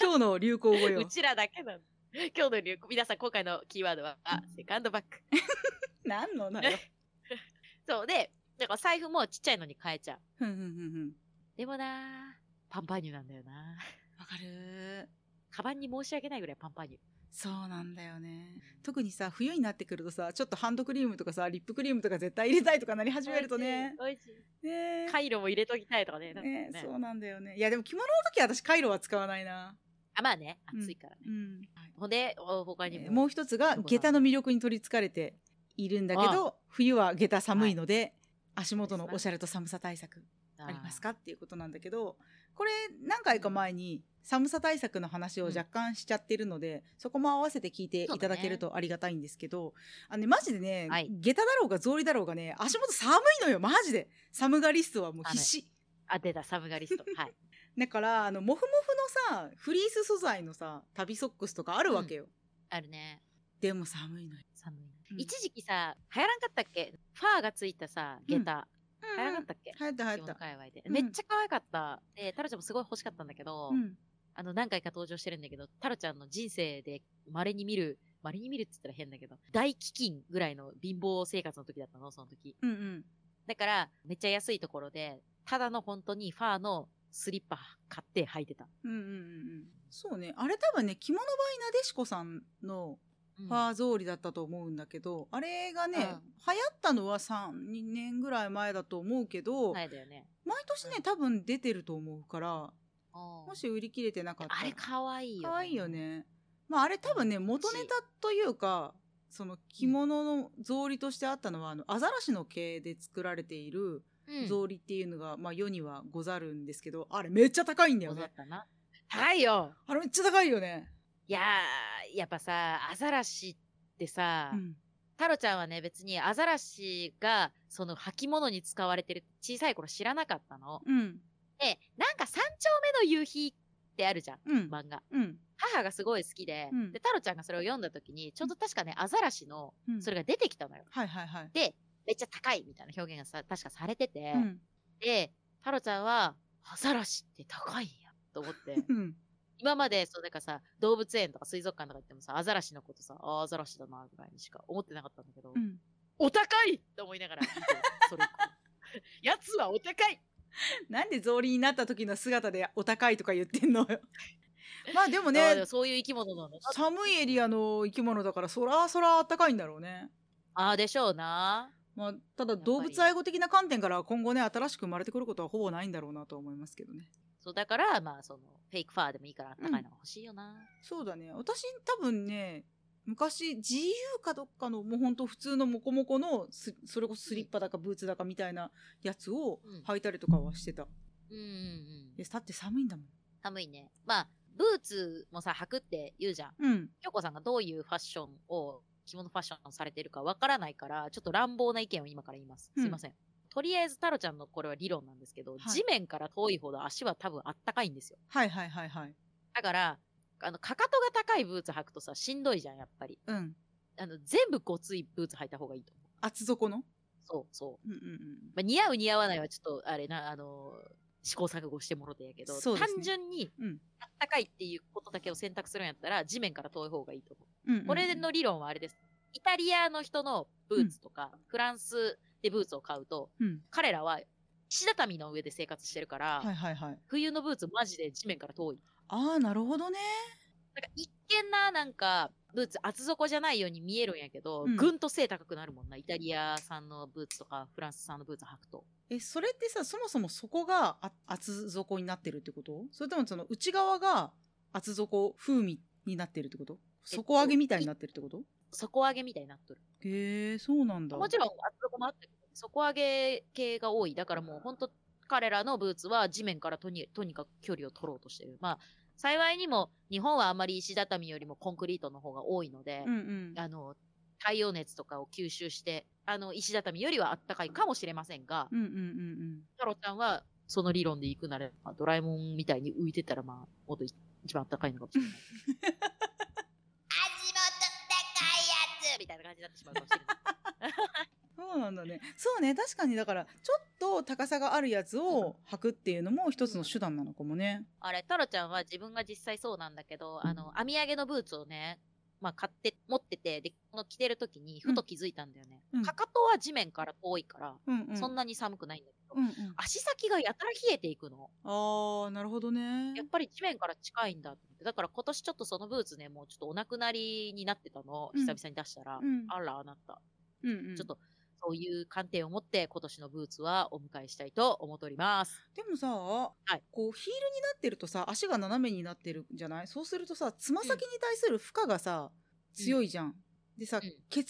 [SPEAKER 1] 今日の流行語よ
[SPEAKER 2] うちらだけなの。 今日の流行、皆さん今回のキーワードは、あ、セカンドバッグ。
[SPEAKER 1] 何 のなよ
[SPEAKER 2] そうで、だから財布もちっちゃいのに変えちゃう。
[SPEAKER 1] ふんふんふんふん
[SPEAKER 2] でもなあパンパンニュなんだよな
[SPEAKER 1] わかる
[SPEAKER 2] カバンに申し訳ないぐらいパンパンニュ。
[SPEAKER 1] そうなんだよね特にさ冬になってくるとさちょっとハンドクリームとかさリップクリームとか絶対入れたいとかなり始めるとね
[SPEAKER 2] 美味しい。美味し
[SPEAKER 1] ね
[SPEAKER 2] いカイロも入れときたいとかね。なんか
[SPEAKER 1] ねそうなんだよねいやでも着物の時は私カイロは使わないな
[SPEAKER 2] あ、まあね、暑いからね。
[SPEAKER 1] うん、
[SPEAKER 2] ほんで、お他に
[SPEAKER 1] えー
[SPEAKER 2] も。
[SPEAKER 1] もう一つが
[SPEAKER 2] どこだ
[SPEAKER 1] 下駄の魅力に取りつかれているんだけど冬は下駄寒いので、足元のおしゃれと寒さ対策ありますかっていうことなんだけどこれ何回か前に寒さ対策の話を若干しちゃってるので、そこも合わせて聞いていただけるとありがたいんですけど、あのねマジでね、
[SPEAKER 2] はい
[SPEAKER 1] 下駄だろうが草履だろうがね足元寒いのよマジで寒がりストはもう必死
[SPEAKER 2] あ、出た、サム ガリスト。はい。
[SPEAKER 1] だからあのモフモフのさフリース素材のさ旅ソックスとかあるわけよ、
[SPEAKER 2] あるね。
[SPEAKER 1] でも寒いのよ、
[SPEAKER 2] 寒い。
[SPEAKER 1] うん
[SPEAKER 2] 一時期さ、流行らんかったっけファーがついたさ、下駄。流行らんかったっけ
[SPEAKER 1] 流行った流行
[SPEAKER 2] 日
[SPEAKER 1] っ
[SPEAKER 2] 本
[SPEAKER 1] た、
[SPEAKER 2] 界隈で。
[SPEAKER 1] うん
[SPEAKER 2] めっちゃ可愛かった。で、タロちゃんもすごい欲しかったんだけど、
[SPEAKER 1] うん、
[SPEAKER 2] あの、何回か登場してるんだけど、タロちゃんの人生で稀に見る、稀に見るって言ったら変だけど、大飢饉ぐらいの貧乏生活の時だったの、その時。
[SPEAKER 1] うんうん
[SPEAKER 2] だから、めっちゃ安いところで、ただの本当にファーのスリッパ買って履いてた。
[SPEAKER 1] うんうんうんうんそうねあれ多分ね着物バイなでしこさんの
[SPEAKER 2] うん
[SPEAKER 1] ファーゾーリだったと思うんだけど、あれがね、
[SPEAKER 2] うん
[SPEAKER 1] 流行ったのは32年ぐらい前だと思うけど、
[SPEAKER 2] はいだよね。
[SPEAKER 1] 毎年ね
[SPEAKER 2] うん
[SPEAKER 1] 多分出てると思うから
[SPEAKER 2] も
[SPEAKER 1] もし売り切れてなかったら
[SPEAKER 2] あれ可愛いよ、
[SPEAKER 1] かわいいよ。ねまああれ多分ね元ネタというかその着物の草履としてあったのはあのアザラシの毛で作られている
[SPEAKER 2] うん。
[SPEAKER 1] 草履っていうのが、まあ世にはござるんですけどあれめっちゃ高いんだよ
[SPEAKER 2] そうだっ
[SPEAKER 1] ね
[SPEAKER 2] たな。高いよ。
[SPEAKER 1] あれめっちゃ高いよね
[SPEAKER 2] いやー、やっぱさ、アザラシってさ、
[SPEAKER 1] うん
[SPEAKER 2] タロちゃんはね、別にアザラシが、その履物に使われてる小さい頃知らなかったの。
[SPEAKER 1] うん
[SPEAKER 2] で、なんか三丁目の夕日ってあるじゃん、
[SPEAKER 1] うん
[SPEAKER 2] 漫画。
[SPEAKER 1] うん
[SPEAKER 2] 母がすごい好きで、
[SPEAKER 1] うん
[SPEAKER 2] で、タロちゃんがそれを読んだ時に、ちょうど確かね、アザラシの、
[SPEAKER 1] うん
[SPEAKER 2] それが出てきたのよ。
[SPEAKER 1] はいはいはい
[SPEAKER 2] で、めっちゃ高いみたいな表現がさ、確かされてて、
[SPEAKER 1] うん
[SPEAKER 2] で、タロちゃんは、アザラシって高いんや、と思って。
[SPEAKER 1] うん
[SPEAKER 2] 今まで、そう、なんかさ、動物園とか水族館とか行ってもさ、アザラシのことさ、あーアザラシだな、ぐらいにしか思ってなかったんだけど、
[SPEAKER 1] うん
[SPEAKER 2] お高いって思いながら見てる、それ以降 やつはお高い
[SPEAKER 1] なんで草履になった時の姿でお高いとか言ってんの よまあでも
[SPEAKER 2] あーで
[SPEAKER 1] ね
[SPEAKER 2] もそういう生き物なんだな。
[SPEAKER 1] 寒いエリアの生き物だからそらそらあったかいんだろうね
[SPEAKER 2] ああ、でしょうな。
[SPEAKER 1] まあ、ただ
[SPEAKER 2] ぱり
[SPEAKER 1] 動物愛護的な観点から今後ね新しく生まれてくることはほぼないんだろうなとは思いますけどね
[SPEAKER 2] そう、だから、まあ、その、フェイクファーでもいいから、あったかいのが欲しいよな。
[SPEAKER 1] そうだね私多分ね昔自由かどっかのもうほんと普通のモコモコのすそれこそスリッパだかブーツだかみたいなやつを
[SPEAKER 2] うん
[SPEAKER 1] 履いたりとかはしてた、
[SPEAKER 2] うん、うん、うん
[SPEAKER 1] え。だって寒いんだもん
[SPEAKER 2] 寒いね。まあ、ブーツもさ、履くって言うじゃん。
[SPEAKER 1] うん
[SPEAKER 2] 京子さんがどういうファッションを、着物ファッションをされてるかわからないから、ちょっと乱暴な意見を今から言います。
[SPEAKER 1] うん
[SPEAKER 2] すいません。とりあえず、太郎ちゃんのこれは理論なんですけど、
[SPEAKER 1] はい
[SPEAKER 2] 地面から遠いほど足は多分あったかいんですよ。
[SPEAKER 1] はいはいはいはい
[SPEAKER 2] だから、あの、かかとが高いブーツ履くとさ、しんどいじゃん、やっぱり。
[SPEAKER 1] うん
[SPEAKER 2] あの、全部ごついブーツ履いた方がいいと思う。
[SPEAKER 1] 厚底の
[SPEAKER 2] そうそう。
[SPEAKER 1] うんうんうん
[SPEAKER 2] まあ、似合う似合わないはちょっとあれなあの試行錯誤してもろてやけど、
[SPEAKER 1] そうですね
[SPEAKER 2] 単純に
[SPEAKER 1] うん
[SPEAKER 2] あったかいっていうことだけを選択するんやったら地面から遠い方がいいと思
[SPEAKER 1] うん
[SPEAKER 2] う、
[SPEAKER 1] うんうん
[SPEAKER 2] これの理論はあれですイタリアの人のブーツとか、フランスでブーツを買うと
[SPEAKER 1] うん
[SPEAKER 2] 彼らは石畳の上で生活してるから、
[SPEAKER 1] はいはいはい
[SPEAKER 2] 冬のブーツマジで地面から遠い
[SPEAKER 1] ああなるほどね
[SPEAKER 2] なんか一見ななんかブーツ厚底じゃないように見えるんやけど、
[SPEAKER 1] うん
[SPEAKER 2] ぐんと背高くなるもんなイタリア産のブーツとかフランス産のブーツ履くと
[SPEAKER 1] えそれってさそもそもそこがあ厚底になってるってことそれともその内側が厚底風味になってるってこと底上げみたいになってるってこと
[SPEAKER 2] 底上げみたいになっとる
[SPEAKER 1] へえそうなんだ
[SPEAKER 2] もちろん厚底もあって底上げ系が多いだからもう本当彼らのブーツは地面からとにとにかく距離を取ろうとしてるまあ幸いにも日本はあまり石畳よりもコンクリートの方が多いので、
[SPEAKER 1] うんうん
[SPEAKER 2] あの太陽熱とかを吸収してあの石畳よりはあったかいかもしれませんが
[SPEAKER 1] うんうんうん
[SPEAKER 2] 太郎ちゃんはその理論で行くなら、まあドラえもんみたいに浮いてたらまあもっとい一番あったかいのかも しれない足元高いやつみたいな感じになってしまうかもしれない
[SPEAKER 1] そうなんだねそうね確かにだからちょっと高さがあるやつを履くっていうのも一つの手段なのかもね
[SPEAKER 2] あれ、タロちゃんは自分が実際そうなんだけど、あの、編み上げのブーツをね、まあ、買って、持ってて、で、この着てる時に、ふと気づいたんだよね。
[SPEAKER 1] うん
[SPEAKER 2] かかとは地面から遠いから、
[SPEAKER 1] うんうん
[SPEAKER 2] そんなに寒くないんだけど、
[SPEAKER 1] うんうん、
[SPEAKER 2] 足先がやたら冷えていくの。
[SPEAKER 1] ああなるほどね
[SPEAKER 2] やっぱり地面から近いんだと思って。だから今年ちょっとそのブーツね、もうちょっとお亡くなりになってたの、
[SPEAKER 1] うん
[SPEAKER 2] 久々に出したら、
[SPEAKER 1] うん
[SPEAKER 2] あら、あなた。
[SPEAKER 1] うんうん
[SPEAKER 2] ちょっと、そういう観点を持って、今年のブーツはお迎えしたいと思っております。
[SPEAKER 1] でもさ、
[SPEAKER 2] い
[SPEAKER 1] こうヒールになってるとさ足が斜めになってるじゃないそうするとさつま先に対する負荷がさ、
[SPEAKER 2] うん
[SPEAKER 1] 強いじゃん。でさ、
[SPEAKER 2] うん
[SPEAKER 1] 血流の問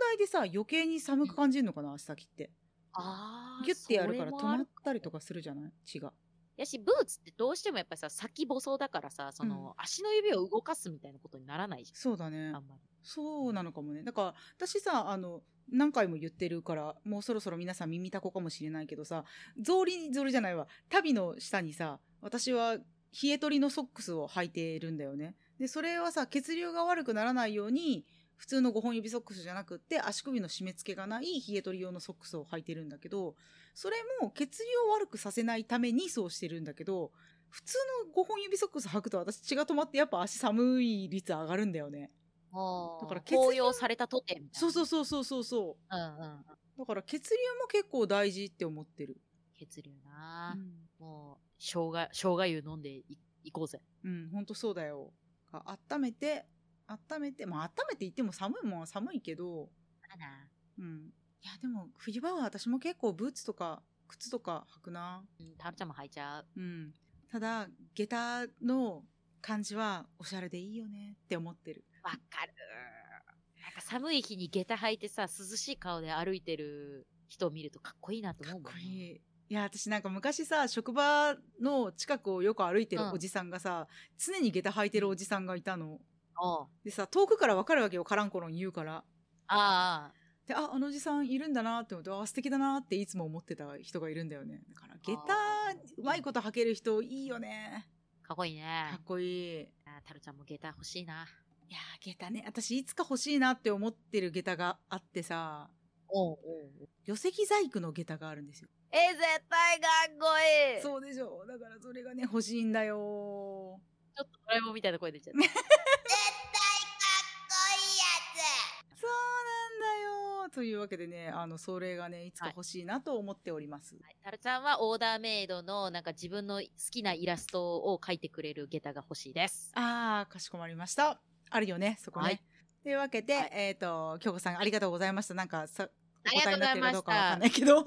[SPEAKER 1] 題でさ余計に寒く感じるのかな足先って。
[SPEAKER 2] あー
[SPEAKER 1] ギュッてやるから止ま
[SPEAKER 2] それもあ
[SPEAKER 1] ったりとかするじゃない血が。
[SPEAKER 2] やし、ブーツってどうしてもやっぱりさ、先細だからさ、その、足の指を動かすみたいなことにならないじ
[SPEAKER 1] そうだ
[SPEAKER 2] ゃ
[SPEAKER 1] ね
[SPEAKER 2] ん、あんまり。
[SPEAKER 1] そうなのかもねだから私さあの何回も言ってるからもうそろそろ皆さん耳たこかもしれないけどさ草履草履じゃないわ足袋の下にさ私は冷え取りのソックスを履いてるんだよねでそれはさ血流が悪くならないように普通の5本指ソックスじゃなくって足首の締め付けがない冷え取り用のソックスを履いてるんだけどそれも血流を悪くさせないためにそうしてるんだけど普通の5本指ソックス履くと私血が止まってやっぱ足寒い率上がるんだよね。だ
[SPEAKER 2] だ
[SPEAKER 1] から血流
[SPEAKER 2] 紅葉されたとてみたいな。。
[SPEAKER 1] そうそうそうそうそうそう
[SPEAKER 2] うんうん。
[SPEAKER 1] うだから血流も結構大事って思ってる
[SPEAKER 2] 血流な、もう、生姜、生姜湯飲んでいいこうぜ。
[SPEAKER 1] うん、ほんとそうだよあ温めて温めてまあ温めて言っても寒いもんは寒いけど
[SPEAKER 2] あな。
[SPEAKER 1] うんいやでも冬場は私も結構ブーツとか靴とか履くな
[SPEAKER 2] うん、タルちゃんも履いちゃう。
[SPEAKER 1] うんただ下駄の感じはおしゃれでいいよねって思ってる
[SPEAKER 2] わかる。なんか寒い日に下駄履いてさ、涼しい顔で歩いてる人を見るとかっこいいなと
[SPEAKER 1] か
[SPEAKER 2] 思
[SPEAKER 1] っ
[SPEAKER 2] うもん
[SPEAKER 1] こ
[SPEAKER 2] ね。い。
[SPEAKER 1] いいいや私なんか昔さ職場の近くをよく歩いてる
[SPEAKER 2] うん
[SPEAKER 1] おじさんがさ、常に下駄履いてるおじさんがいたの
[SPEAKER 2] おう
[SPEAKER 1] でさ遠くから分かるわけよカランコロン言うから
[SPEAKER 2] ああ。
[SPEAKER 1] でああのおじさんいるんだなって思ってあ素敵だなっていつも思ってた人がいるんだよねだから下
[SPEAKER 2] あ
[SPEAKER 1] 駄うまいこと履ける人いいよね
[SPEAKER 2] かっこいいね
[SPEAKER 1] か。っこいいい
[SPEAKER 2] あータルちゃんも下駄欲しいな。
[SPEAKER 1] やー下駄ね私いつか欲しいなって思ってる下駄があってさ
[SPEAKER 2] おうおう
[SPEAKER 1] 寄石細工の下駄があるんですよ
[SPEAKER 2] えー、絶対かっこいい
[SPEAKER 1] そうでしょだからそれがね欲しいんだよ
[SPEAKER 2] ちょっとドラえもんみたいな声出ちゃった。絶対かっ
[SPEAKER 1] そうなんだよというわけでねあのそれがねいつか欲しいなと思っております、
[SPEAKER 2] こいいやつタルちゃんはオーダーメイドのなんか自分の好きなイラストを描いてくれる下駄が欲しいです。
[SPEAKER 1] あー、かしこまりました。あるよね、そこね。
[SPEAKER 2] はい
[SPEAKER 1] というわけで、
[SPEAKER 2] はい
[SPEAKER 1] えっ、と、京子さんありがとうございました。なんかさ、お
[SPEAKER 2] あ
[SPEAKER 1] 答
[SPEAKER 2] りが
[SPEAKER 1] え
[SPEAKER 2] とう
[SPEAKER 1] に
[SPEAKER 2] ご
[SPEAKER 1] なってるか
[SPEAKER 2] ざいま
[SPEAKER 1] どう
[SPEAKER 2] し
[SPEAKER 1] かわか
[SPEAKER 2] た
[SPEAKER 1] んな。いけど。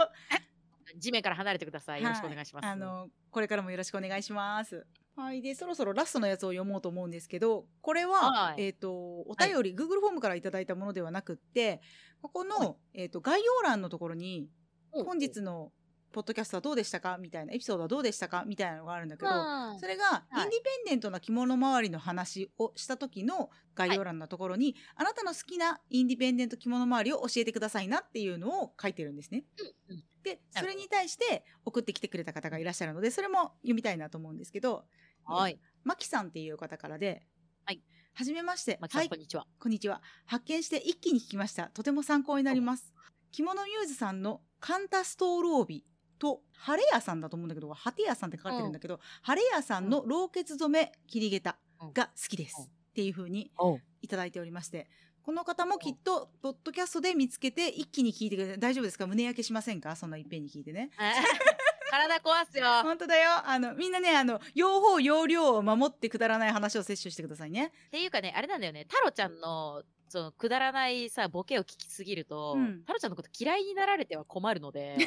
[SPEAKER 2] 地面から離れてください。よろしくお願いします。
[SPEAKER 1] はあの、これからもよろしくお願いします。はい。で、そろそろラストのやつを読もうと思うんですけど、これは、
[SPEAKER 2] はい
[SPEAKER 1] えっ、と、お便り、Google フォームからいただいたものではなくって、ここの、
[SPEAKER 2] は
[SPEAKER 1] えっ、と、概要欄のところに、
[SPEAKER 2] おう
[SPEAKER 1] 本日のポッドキャストはどうでしたかみたいな、エピソードはどうでしたかみたいなのがあるんだけど、
[SPEAKER 2] はい
[SPEAKER 1] それが、
[SPEAKER 2] はい
[SPEAKER 1] インディペンデントな着物周りの話をした時の概要欄のところに、あなたの好きなインディペンデント着物周りを教えてくださいなっていうのを書いてるんですね。
[SPEAKER 2] うんうん
[SPEAKER 1] で、
[SPEAKER 2] な
[SPEAKER 1] そ
[SPEAKER 2] るほど
[SPEAKER 1] れに対して送ってきてくれた方がいらっしゃるので、それも読みたいなと思うんですけど、
[SPEAKER 2] はい。
[SPEAKER 1] マキさんっていう方からで、
[SPEAKER 2] はい。
[SPEAKER 1] はじめまして。
[SPEAKER 2] マキさん、
[SPEAKER 1] はい
[SPEAKER 2] こんにちは。
[SPEAKER 1] こんにちは。発見して一気に聞きました。とても参考になります。着物ミューズさんのカンタストール帯と、晴れ屋さんだと思うんだけど、ハテ屋さんって書かれてるんだけど、晴れ屋さんの老血染め切り下駄が好きです。
[SPEAKER 2] うん
[SPEAKER 1] っていう風に
[SPEAKER 2] おう
[SPEAKER 1] いただいておりまして、この方もきっと、ポッドキャストで見つけて一気に聞いてくれて、大丈夫ですか胸焼けしませんかそんないっぺんに聞いてね。
[SPEAKER 2] 体壊すよ。
[SPEAKER 1] 本当だよ。あの、みんなね、あの、用法、用量を守ってくだらない話を摂取してくださいね。
[SPEAKER 2] っていうかね、あれなんだよね、太郎ちゃんの、その、くだらないさ、ボケを聞きすぎると、
[SPEAKER 1] うん
[SPEAKER 2] 太郎ちゃんのこと嫌いになられては困るの で、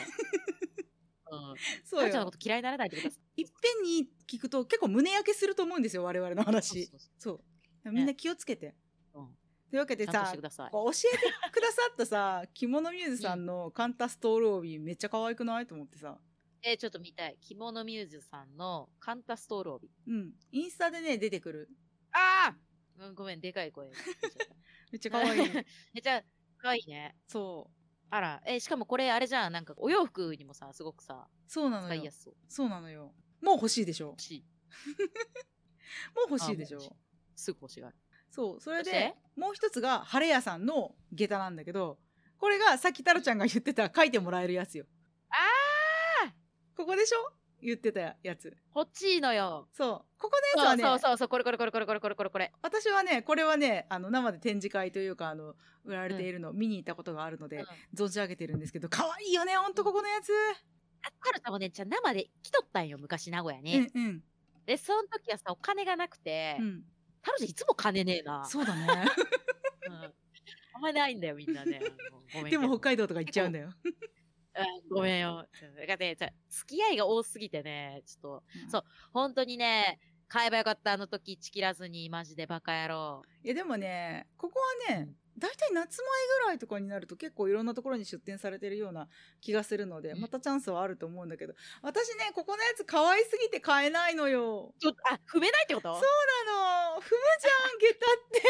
[SPEAKER 2] うん、
[SPEAKER 1] そ
[SPEAKER 2] 太
[SPEAKER 1] う
[SPEAKER 2] 郎ちゃんの
[SPEAKER 1] よ
[SPEAKER 2] こ。と嫌いにならないでください。
[SPEAKER 1] いっぺんに聞くと結構胸焼けすると思うんですよ、我々の話。
[SPEAKER 2] そうそうそ
[SPEAKER 1] そう。みんな気をつけて。
[SPEAKER 2] うん
[SPEAKER 1] というわけで
[SPEAKER 2] うちゃんと
[SPEAKER 1] さ
[SPEAKER 2] して、ください。
[SPEAKER 1] こう教えてくださったさ、着物ミューズさんのカンタストール帯めっちゃ可愛くないと思ってさ。
[SPEAKER 2] えーちょっと見たい。着物ミューズさんのカンタストール帯。
[SPEAKER 1] うん。インスタでね、出てくる。
[SPEAKER 2] ああ、うん、ごめん、でかい声。
[SPEAKER 1] めっちゃ可 愛い。
[SPEAKER 2] めっちゃ、可愛いね。
[SPEAKER 1] そう。
[SPEAKER 2] あら、えーしかもこれ、あれじゃん、なんか、お洋服にもさ、すごくさ、
[SPEAKER 1] そうなの
[SPEAKER 2] 使い
[SPEAKER 1] よ
[SPEAKER 2] や。すそう。
[SPEAKER 1] そうなのよ。もう欲しいでしょ。も
[SPEAKER 2] 欲しい。
[SPEAKER 1] う欲しいでし
[SPEAKER 2] あもう欲
[SPEAKER 1] ょ
[SPEAKER 2] し。すぐ欲しがる。
[SPEAKER 1] そう。それ
[SPEAKER 2] そ
[SPEAKER 1] で
[SPEAKER 2] して、
[SPEAKER 1] もう一つが、晴れ屋さんの下駄なんだけど、これがさっき太郎ちゃんが言ってた書いてもらえるやつよ。
[SPEAKER 2] ああ
[SPEAKER 1] ここでしょ言ってたやつ。
[SPEAKER 2] 欲しいのよ。
[SPEAKER 1] そう。ここのやつ
[SPEAKER 2] そ
[SPEAKER 1] は
[SPEAKER 2] う
[SPEAKER 1] ね、
[SPEAKER 2] そうそうそう、これこれこれこれこれこれこれこれ。
[SPEAKER 1] 私はね、これはね、あの、生で展示会というか、あの、売られているのを見に行ったことがあるので、
[SPEAKER 2] うん
[SPEAKER 1] 存じ上げてるんですけど、可愛いよね、ほんとここのやつ。
[SPEAKER 2] あタルタもね、じゃあ生で来とったんよ、昔名古屋に。
[SPEAKER 1] うんうん。
[SPEAKER 2] で、その時はさ、お金がなくて、
[SPEAKER 1] うん。
[SPEAKER 2] タルタいつも金ねえな。
[SPEAKER 1] そう だね。
[SPEAKER 2] うんあんまないんだよ、みんなね。ごめんけ
[SPEAKER 1] で
[SPEAKER 2] ど
[SPEAKER 1] も北海道とか行っちゃうんだよ。
[SPEAKER 2] うんごめんよ。だからね、じゃあ付き合いが多すぎてね、ちょっと、
[SPEAKER 1] うん
[SPEAKER 2] そう本当にね、買えばよかった、あの時、チキらずに、マジでバカ野郎。
[SPEAKER 1] いや、でもね、ここはね、大体夏前ぐらいとかになると結構いろんなところに出店されてるような気がするので、
[SPEAKER 2] うん
[SPEAKER 1] またチャンスはあると思うんだけど、私ね、ここのやつ可愛すぎて買えないのよ。
[SPEAKER 2] ちょあ踏めないってこと
[SPEAKER 1] あの、踏むじゃん、下駄 っ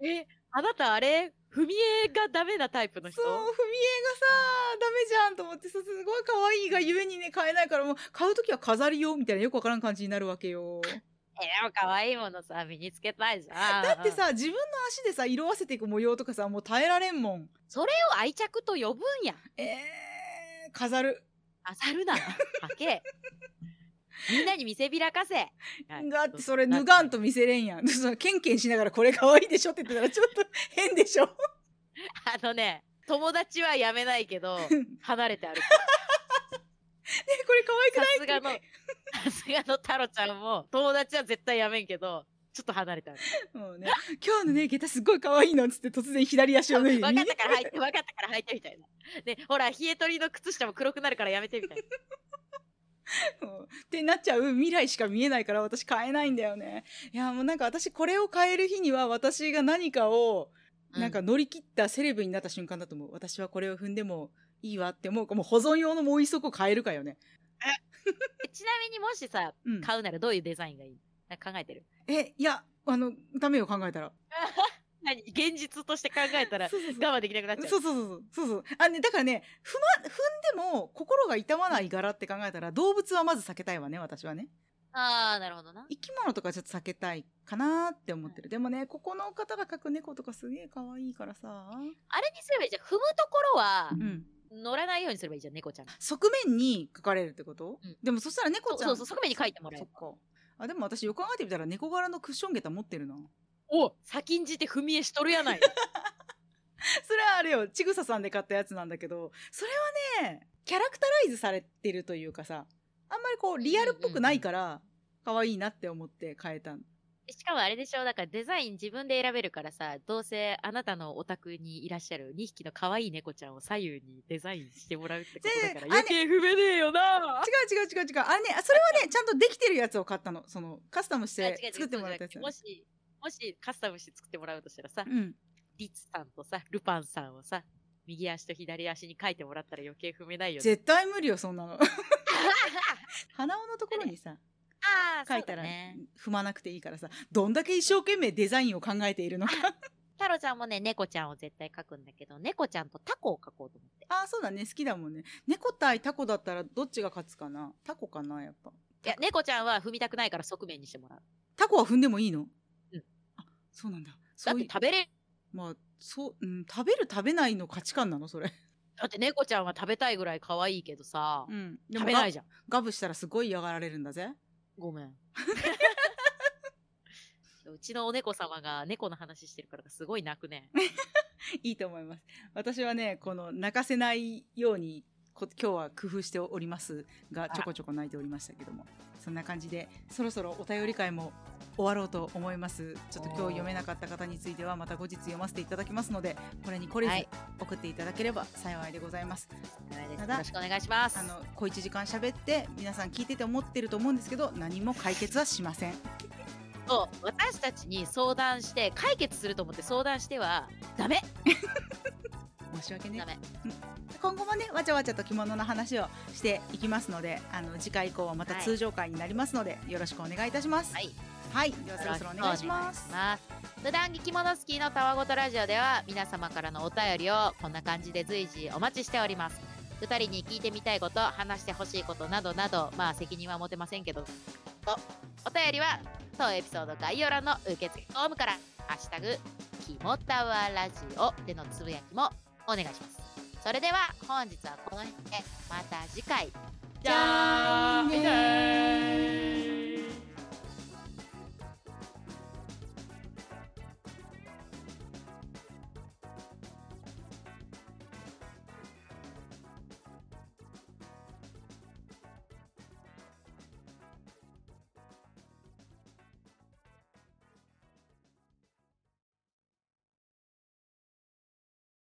[SPEAKER 1] て。
[SPEAKER 2] えあなたあれ踏み絵がダメなタイプの人
[SPEAKER 1] そう、踏み絵がさ、ダメじゃんと思ってさ、すごい可愛いがゆえにね、買えないから、もう買うときは飾りよ、みたいなよくわからん感じになるわけよ。
[SPEAKER 2] えでも可愛いものさ身につけたいじゃん
[SPEAKER 1] だってさ、自分の足でさ、色あせていく模様とかさ、もう耐えられんもん。
[SPEAKER 2] それを愛着と呼ぶんや
[SPEAKER 1] えー、飾る。
[SPEAKER 2] あさるな はけみんなに見せびらかせ
[SPEAKER 1] だってそれ脱がんと見せれんやん。 そのケンケンしながらこれ可愛いでしょって言ってたらちょっと変でし ょ。
[SPEAKER 2] あのね友達はやめない けど離れて歩く
[SPEAKER 1] えこれ可愛く
[SPEAKER 2] さ
[SPEAKER 1] ない
[SPEAKER 2] すがのさすがの太郎ちゃんも友達は絶対やめんけどちょっと離れて歩く
[SPEAKER 1] もうね、今日のね、下駄すっごい可愛いのっつって突然左足を脱い
[SPEAKER 2] 分
[SPEAKER 1] で。
[SPEAKER 2] かったから履いて分かったから履いてみたいなでほら冷え取りの靴下も黒くなるからやめてみたいな
[SPEAKER 1] うんってなっちゃう未来しか見えないから私買えないんだよね。いやもうなんか私これを買える日には私が何かを、
[SPEAKER 2] うん
[SPEAKER 1] なんか乗り切ったセレブになった瞬間だと思う。私はこれを踏んでもいいわって思うか、もう保存用のもう一足を買えるかよね。
[SPEAKER 2] えちなみにもしさ
[SPEAKER 1] うん。
[SPEAKER 2] 買うならどういうデザインがいいなんか考えてる
[SPEAKER 1] え、いや、あの、ダメよ考えたら。
[SPEAKER 2] 何現実として考えたら
[SPEAKER 1] そうそうそう
[SPEAKER 2] 我慢できなくなっちゃう
[SPEAKER 1] そうそうそうそうそうそうあねだからね踏,、ま、踏んでも心が痛まない柄って考えたら動物はまず避けたいわね私はね
[SPEAKER 2] ああなるほどな
[SPEAKER 1] 生き物とかちょっと避けたいかなって思ってる、でもねここの方が描く猫とかすげえ可愛いからさ
[SPEAKER 2] あれにすればいいじゃん踏むところは
[SPEAKER 1] うん
[SPEAKER 2] 乗らないようにすればいいじゃん猫ちゃんが
[SPEAKER 1] 側面に描かれるってこと、
[SPEAKER 2] うん
[SPEAKER 1] でもそしたら猫ちゃん
[SPEAKER 2] そうそうそう側面に描いてもらえ
[SPEAKER 1] そっ
[SPEAKER 2] る
[SPEAKER 1] かあでも私よく考えてみたら猫柄のクッション下駄持ってるな
[SPEAKER 2] お先んじて踏み絵しとるやない
[SPEAKER 1] それはあれよちぐささんで買ったやつなんだけどそれはねキャラクタライズされてるというかさあんまりこうリアルっぽくないから可愛いなって思って変えた
[SPEAKER 2] しかもあれでしょだからデザイン自分で選べるからさどうせあなたのお宅にいらっしゃる2匹の可愛い猫ちゃんを左右にデザインしてもらうってことだから
[SPEAKER 1] で
[SPEAKER 2] 余計踏めねえよな
[SPEAKER 1] 違う違う違う違うあれねあそれはねちゃんとできてるやつを買ったのそのカスタムし
[SPEAKER 2] あ違う
[SPEAKER 1] て
[SPEAKER 2] 違う
[SPEAKER 1] 作ってもらったやつ、
[SPEAKER 2] そうじゃなくてもしもしカスタムして作ってもらうとしたらさ、
[SPEAKER 1] うん
[SPEAKER 2] リツさんとさルパンさんをさ右足と左足に描いてもらったら余計踏めないよね
[SPEAKER 1] 絶対無理よそんなの 鼻緒のところにさ
[SPEAKER 2] ああ
[SPEAKER 1] 書いたら踏まなくていいからさどんだけ一生懸命デザインを考えているのか
[SPEAKER 2] 太郎ちゃんもね、猫ちゃんを絶対描くんだけど、猫ちゃんとタコを描こうと思って。
[SPEAKER 1] ああそうだね好きだもんね猫対タコだったらどっちが勝つかなタコかなやっぱ
[SPEAKER 2] いや、猫ちゃんは踏みたくないから側面にしてもらう。
[SPEAKER 1] タコは踏んでもいいの
[SPEAKER 2] うん
[SPEAKER 1] あそうなんだ
[SPEAKER 2] だっ
[SPEAKER 1] そうい
[SPEAKER 2] て
[SPEAKER 1] う
[SPEAKER 2] 食べれん。
[SPEAKER 1] まあそう、うん、食べる食べないの価値観なのそれ
[SPEAKER 2] だって猫ちゃんは食べたいぐらい可愛いけどさ、
[SPEAKER 1] ん
[SPEAKER 2] 食べない
[SPEAKER 1] じ
[SPEAKER 2] じゃん。
[SPEAKER 1] ゃんガブしたらすごい嫌がられるんだぜ
[SPEAKER 2] ごめん。うちのお猫様が猫の話してるからすごい泣くね。
[SPEAKER 1] いいと思います。私はね、この泣かせないように、こ今日は工夫しておりますが、
[SPEAKER 2] あ
[SPEAKER 1] ちょこちょこ泣いておりましたけども、そんな感じで、そろそろお便り会も終わろうと思います。ちょっと今日読めなかった方については、また後日読ませていただきますので、これにこれず
[SPEAKER 2] はい
[SPEAKER 1] 送っていただければ幸いでございます。
[SPEAKER 2] よ
[SPEAKER 1] ただ
[SPEAKER 2] ろしくお願いします。
[SPEAKER 1] あの、小1時間喋って、皆さん聞いてて思ってると思うんですけど、何も解決はしません。
[SPEAKER 2] そう私たちに相談して、解決すると思って相談しては、ダメ
[SPEAKER 1] 申し訳ね
[SPEAKER 2] ダ。メ。
[SPEAKER 1] 今後もねわちゃわちゃと着物の話をしていきますのであの次回以降はまた
[SPEAKER 2] はい
[SPEAKER 1] 通常回になりますので、よろしくお願いいたします
[SPEAKER 2] はい。
[SPEAKER 1] はい、ではそろそろお願いします
[SPEAKER 2] お願いします普段着着物好きのたわごとラジオでは皆様からのお便りをこんな感じで随時お待ちしております2人に聞いてみたいこと話してほしいことなどなどまあ責任は持てませんけどおお便りは当エピソード概要欄の受付フォームから「ハッシュタグきもたわラジオ」でのつぶやきもお願いしますそれでは本日はこの辺でまた次回
[SPEAKER 1] じゃあねー